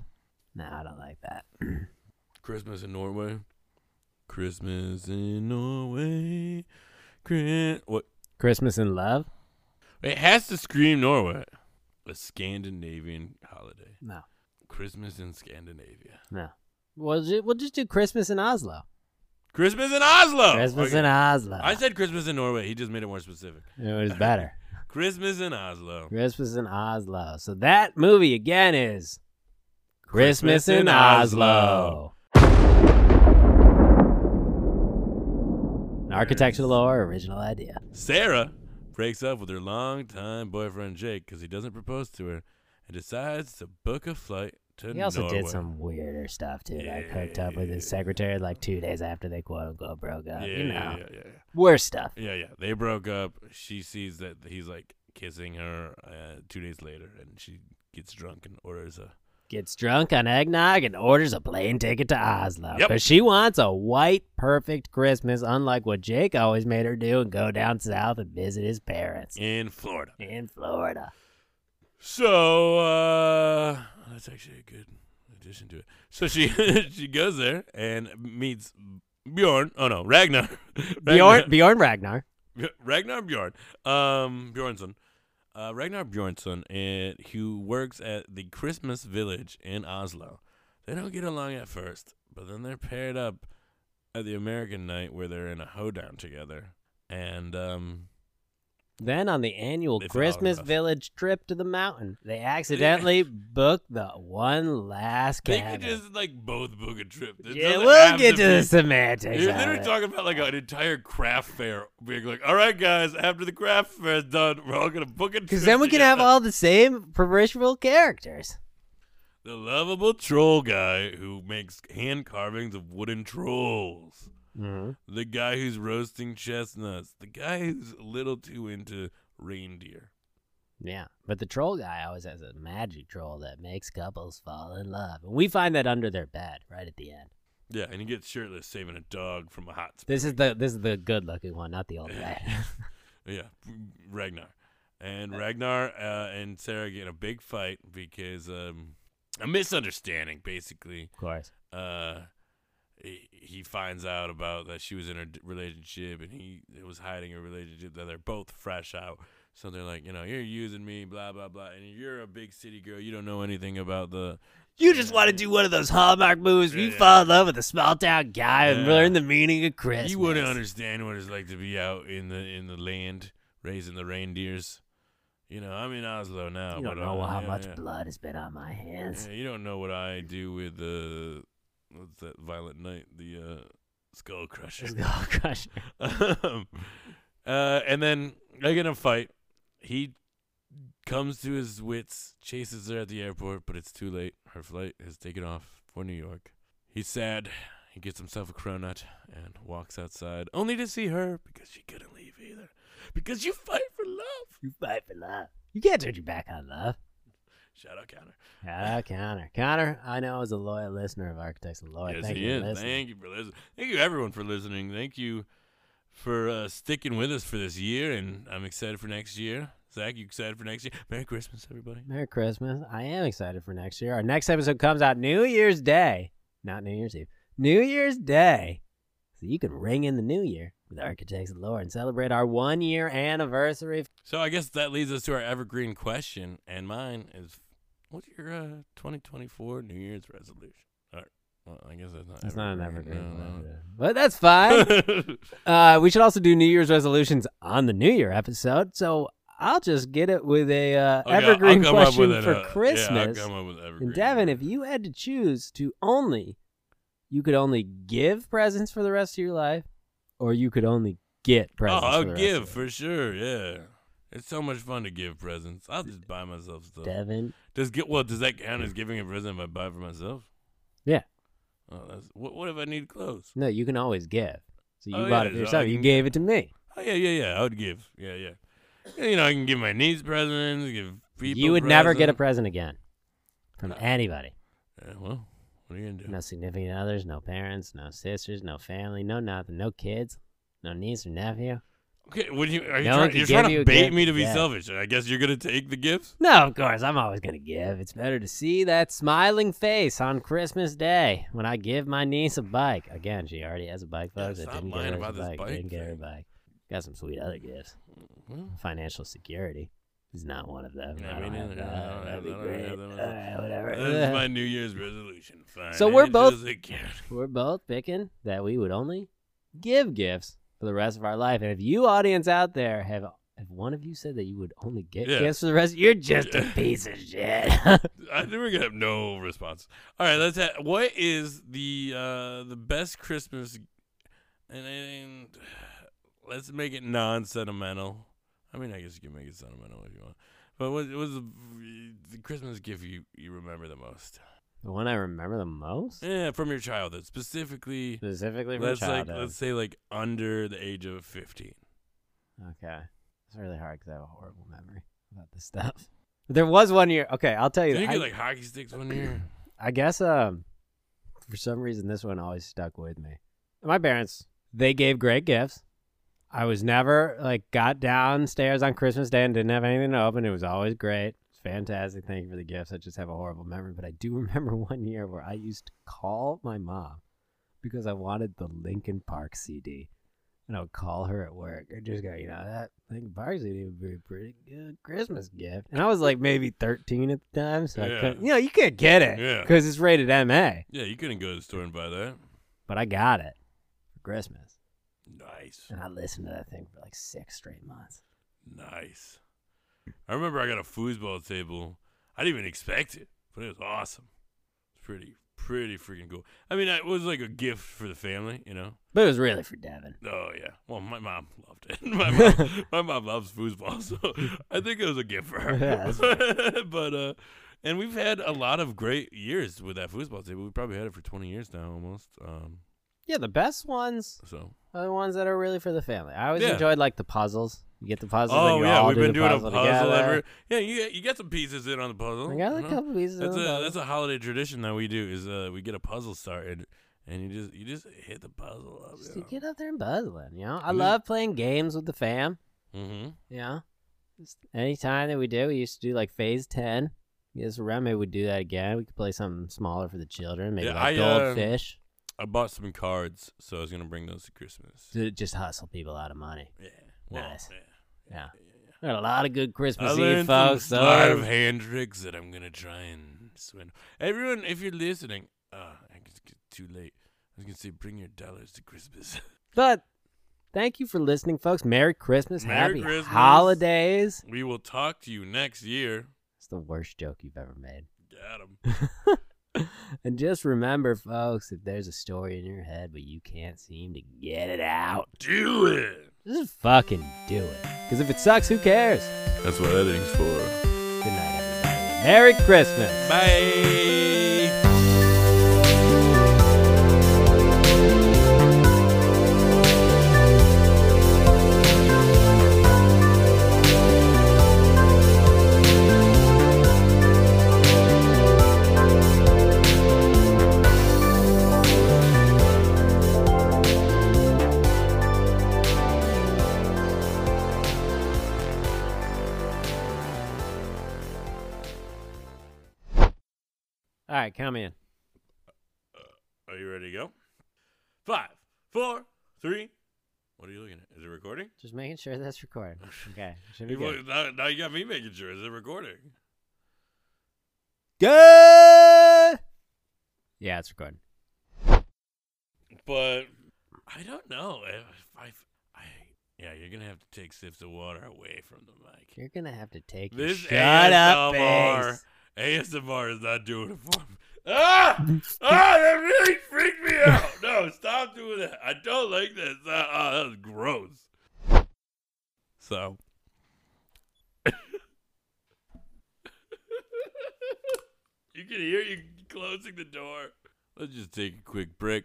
No, I don't like that.
Christmas in Norway. Christmas in Norway. Chris- what?
Christmas in love.
It has to scream Norway. A Scandinavian holiday.
No,
Christmas in Scandinavia.
no. We'll just, we'll just do Christmas in Oslo.
Christmas in Oslo.
Christmas
Oh, Okay.
in Oslo.
I said Christmas in Norway. He just made it more specific.
it was better.
Christmas in Oslo.
Christmas in Oslo. So that movie again is Christmas,
Christmas
in
in
Oslo.
Oslo.
An architectural or original idea.
Sarah breaks up with her longtime boyfriend Jake because he doesn't propose to her and decides to book a flight to
He also
Norway.
did some weirder stuff too. Like hooked up with his
Yeah.
secretary like two days after they quote unquote broke up.
yeah,
you know,
yeah, yeah, yeah.
worse stuff.
Yeah, yeah. They broke up. She sees that he's like kissing her uh, two days later, and she gets drunk and orders a.
Gets drunk on eggnog and orders a plane ticket to Oslo
Yep.
because she wants a white, perfect Christmas, unlike what Jake always made her do and go down south and visit his parents
in Florida.
in Florida.
So uh, that's actually a good addition to it. So she she goes there and meets Bjorn. Oh no, Ragnar. Ragnar
Bjorn, Bjorn Ragnar.
Ragnar Bjorn. Um, Bjornsson. Uh, Ragnar Bjornsson, and who works at the Christmas Village in Oslo. They don't get along at first, but then they're paired up at the American night where they're in a hoedown together. And um,
Then on the annual
They fell out of
Christmas
love.
Village trip to the mountain, they accidentally book the one last
they could
cabin.
just like both book a trip. It
yeah,
doesn't
we'll
have
get to
be-
the semantics.
You're
of
literally
it.
talking about like an entire craft fair, being like, "All right, guys, after the craft fair is done, we're all gonna book a trip."
Because then we can have
together."
all the same peripheral characters.
The lovable troll guy who makes hand carvings of wooden trolls.
Mm-hmm.
The guy who's roasting chestnuts. The guy who's a little too into reindeer.
Yeah, but the troll guy always has a magic troll that makes couples fall in love, and we find that under their bed right at the end.
Yeah, and he gets shirtless saving a dog from a hot spring.
This is the this is the good looking one, not the old guy.
Yeah, Ragnar. And Ragnar uh, and Sarah get in a big fight because um, a misunderstanding, basically.
of course.
uh he, he finds out about that she was in a d- relationship and he was hiding a relationship that they're both fresh out so they're like you know you're using me blah blah blah and you're a big city girl you don't know anything about the
You just want to do one of those Hallmark movies where you
Yeah.
fall in love with a small town guy and
Yeah.
learn the meaning of Christmas.
you wouldn't understand what it's like to be out in the in the land raising the reindeers you know i'm in oslo now
You
but
don't know
uh,
how
yeah,
much
yeah.
blood has been on my hands.
Yeah, you don't know what i do with uh what's that violent night the uh skull crusher
oh gosh.
um, uh, and then they get in a fight. He comes to his wits, chases her at the airport, but it's too late. Her flight has taken off for New York. He's sad. He gets himself a cronut and walks outside, only to see her because she couldn't leave either. Because you fight for love.
You fight for love. You can't turn your back on love.
Shout out counter.
Ah, Connor. Connor, I know is a loyal listener of Architects and Lore.
yes,
Thank
he
you
is.
for listening.
Thank you for listening. Thank you everyone for listening. Thank you for uh, sticking with us for this year, and I'm excited for next year. Zach, you excited for next year? Merry Christmas, everybody.
Merry Christmas. I am excited for next year. Our next episode comes out New Year's Day. Not New Year's Eve. New Year's Day. So you can ring in the new year with Architects and Lore and celebrate our one year anniversary.
So I guess that leads us to our evergreen question, and mine is, what's your uh, 2024 New Year's resolution? All right. Well, I guess that's not.
That's not an evergreen.
No, no.
one, But that's fine. uh, we should also do New Year's resolutions on the New Year episode. So I'll just get it with a uh,
Okay, I'll- I'll
evergreen
come up
question
with an,
for
uh, Yeah, I'll
Christmas.
come up with evergreen. Oh,
And Devin, if you had to choose to only, you could only give presents for the rest of your life, or you could only get
oh,
presents.
I'll
for the rest of
give
your
for sure. Yeah, it's so much fun to give presents. I'll just buy myself stuff.
life. Devin.
Does get well? Does that count as giving a present if I buy for myself?
Yeah.
Oh, that's, what, what if I need clothes?
No, you can always give. So you
Oh,
bought
yeah,
it for
so I
yourself. You
can-
gave it to me.
Oh yeah, yeah, yeah. I would give. Yeah, yeah. You know, I can give my niece presents. Give people.
you would never get a
presents.
present again from
No.
anybody.
Yeah, well, what are you gonna do?
No significant others, no parents, no sisters, no family, no nothing, no kids, no niece or nephew.
Okay, would you? Are you
No one
trying,
can
you're trying
give
to
you a
bait
gift.
me to be
Yeah.
selfish. I guess you're gonna take the gifts.
No, of course, I'm always going to give. It's better to see that smiling face on Christmas Day when I give my niece a bike. Again, she already has a bike,
Yeah,
folks. I
stop
didn't get
lying
her
about
a
this
bike.
bike
didn't get her a
thing.
bike. Got some sweet other gifts.
Well,
Financial security is not one of them.
Yeah,
I
me
don't have
neither.
that.
I don't- I
That'd be
don't have
great.
that one.
All right,
That's
whatever.
my New Year's resolution. Fine.
So we're
It
both-
doesn't count.
We're both picking that we would only give gifts for the rest of our life. And if you audience out there have if one of you said that you would only get
Yeah.
gifts for the rest, you're just a
Yeah.
piece of shit.
I think we're gonna have no response. All right, let's. Ha- what is the uh the best Christmas? And, and let's make it non-sentimental. I mean, I guess you can make it sentimental if you want. But what was the, the Christmas gift you you remember the most?
the one I remember the most,
Yeah, from your childhood, specifically.
specifically from
Let's like
childhood.
let's say like under the age of fifteen.
Okay, it's really hard because I have a horrible memory about this stuff. There was one year. Okay, I'll tell you.
Did you
I-
get like hockey sticks one year?
I guess um for some reason this one always stuck with me. My parents, they gave great gifts. I was never like got downstairs on Christmas Day and didn't have anything to open. It was always great. It's fantastic. Thank you for the gifts. I just have a horrible memory, but I do remember one year where I used to call my mom because I wanted the Linkin Park CD. And I would call her at work and just go, you know, that Linkin Park CD would be a pretty good Christmas gift. And I was like maybe 13 at the time, so
Yeah.
I couldn't, you know, you can't get it
Yeah.
because it's rated MA.
Yeah, you couldn't go to the store and buy that.
But I got it for Christmas,
Nice.
and I listened to that thing for like six straight months.
Nice. I remember I got a foosball table. I didn't even expect it, but it was awesome. It's pretty, pretty freaking cool. I mean, it was like a gift for the family, you know?
But it was really for Devin.
Oh, yeah. Well, my mom loved it. My mom, my mom loves foosball, so I think it was a gift for
Yeah,
her. but, uh, and we've had a lot of great years with that foosball table. We've probably had it for 20 years now almost. Um,
Yeah, the best ones
so.
are the ones that are really for the family. I always
Yeah.
enjoyed like the puzzles. You get the puzzles. and
Oh,
you
yeah.
all
We've
do
been
the
doing
puzzle
a puzzle
together.
every. Yeah, you, you get some pieces in on the puzzle. Uh-huh.
I got
you
like a
know?
couple pieces.
That's
of the
a
puzzle.
that's a holiday tradition that we do is uh we get a puzzle started and you just you just hit the puzzle up.
Just
You
to get up there and buzzling. You know, I
Mhm.
love playing games with the fam.
hmm
Yeah. Just any time that we did, we used to do like phase ten. Yes, around maybe we'd do that again. We could play something smaller for the children, maybe
Yeah,
like
I, uh,
goldfish.
I bought some cards, so I was gonna bring those to Christmas.
to just hustle people out of money.
Yeah, well,
Nice.
yeah,
Yeah.
yeah, yeah.
Got a lot of good
I
Christmas Eve
learned some
folks.
sleight
So
of hand tricks that I'm gonna try and swindle. Everyone, if you're listening, uh, I guess it's too late. I was gonna say, bring your dollars to Christmas.
but thank you for listening, folks. Merry Christmas.
Merry
Happy
Christmas.
holidays.
we will talk to you next year.
It's the worst joke you've ever made.
Got 'em.
and just remember, folks, if there's a story in your head but you can't seem to get it out,
Do it.
just fucking do it. Because if it sucks, who cares?
That's what editing's for.
Good night, everybody. Merry Christmas.
Bye.
All right, come in.
Are you ready to go? Five, four, three. What are you looking at? Is it recording?
Just making sure that's recorded. Okay. Should be
Hey,
good.
well, Now, now you got me making sure. Is it recording?
Good. Yeah, it's recording.
But I don't know. If I, I, yeah, you're gonna have to take sips of water away from the mic.
You're gonna have to take your
This
shut up,
ASMR.
face.
ASMR is not doing it for me. Ah! ah! That really freaked me out. No, stop doing that. I don't like that. sound. Ah, that was gross. So. you can hear you closing the door. Let's just take a quick break.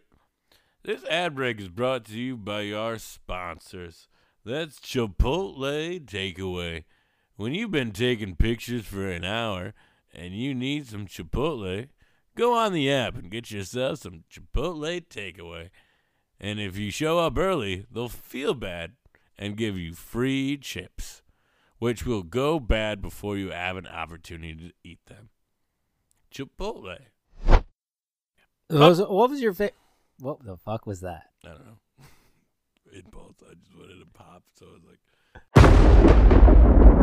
This ad break is brought to you by our sponsors. That's Chipotle Takeaway. When you've been taking pictures for an hour and you need some Chipotle, go on the app and get yourself some Chipotle takeaway. And if you show up early, they'll feel bad and give you free chips, which will go bad before you have an opportunity to eat them. Chipotle.
Those- what was your fa- What the fuck was that?
I don't know. Impulse. I just wanted to pop, so I was like.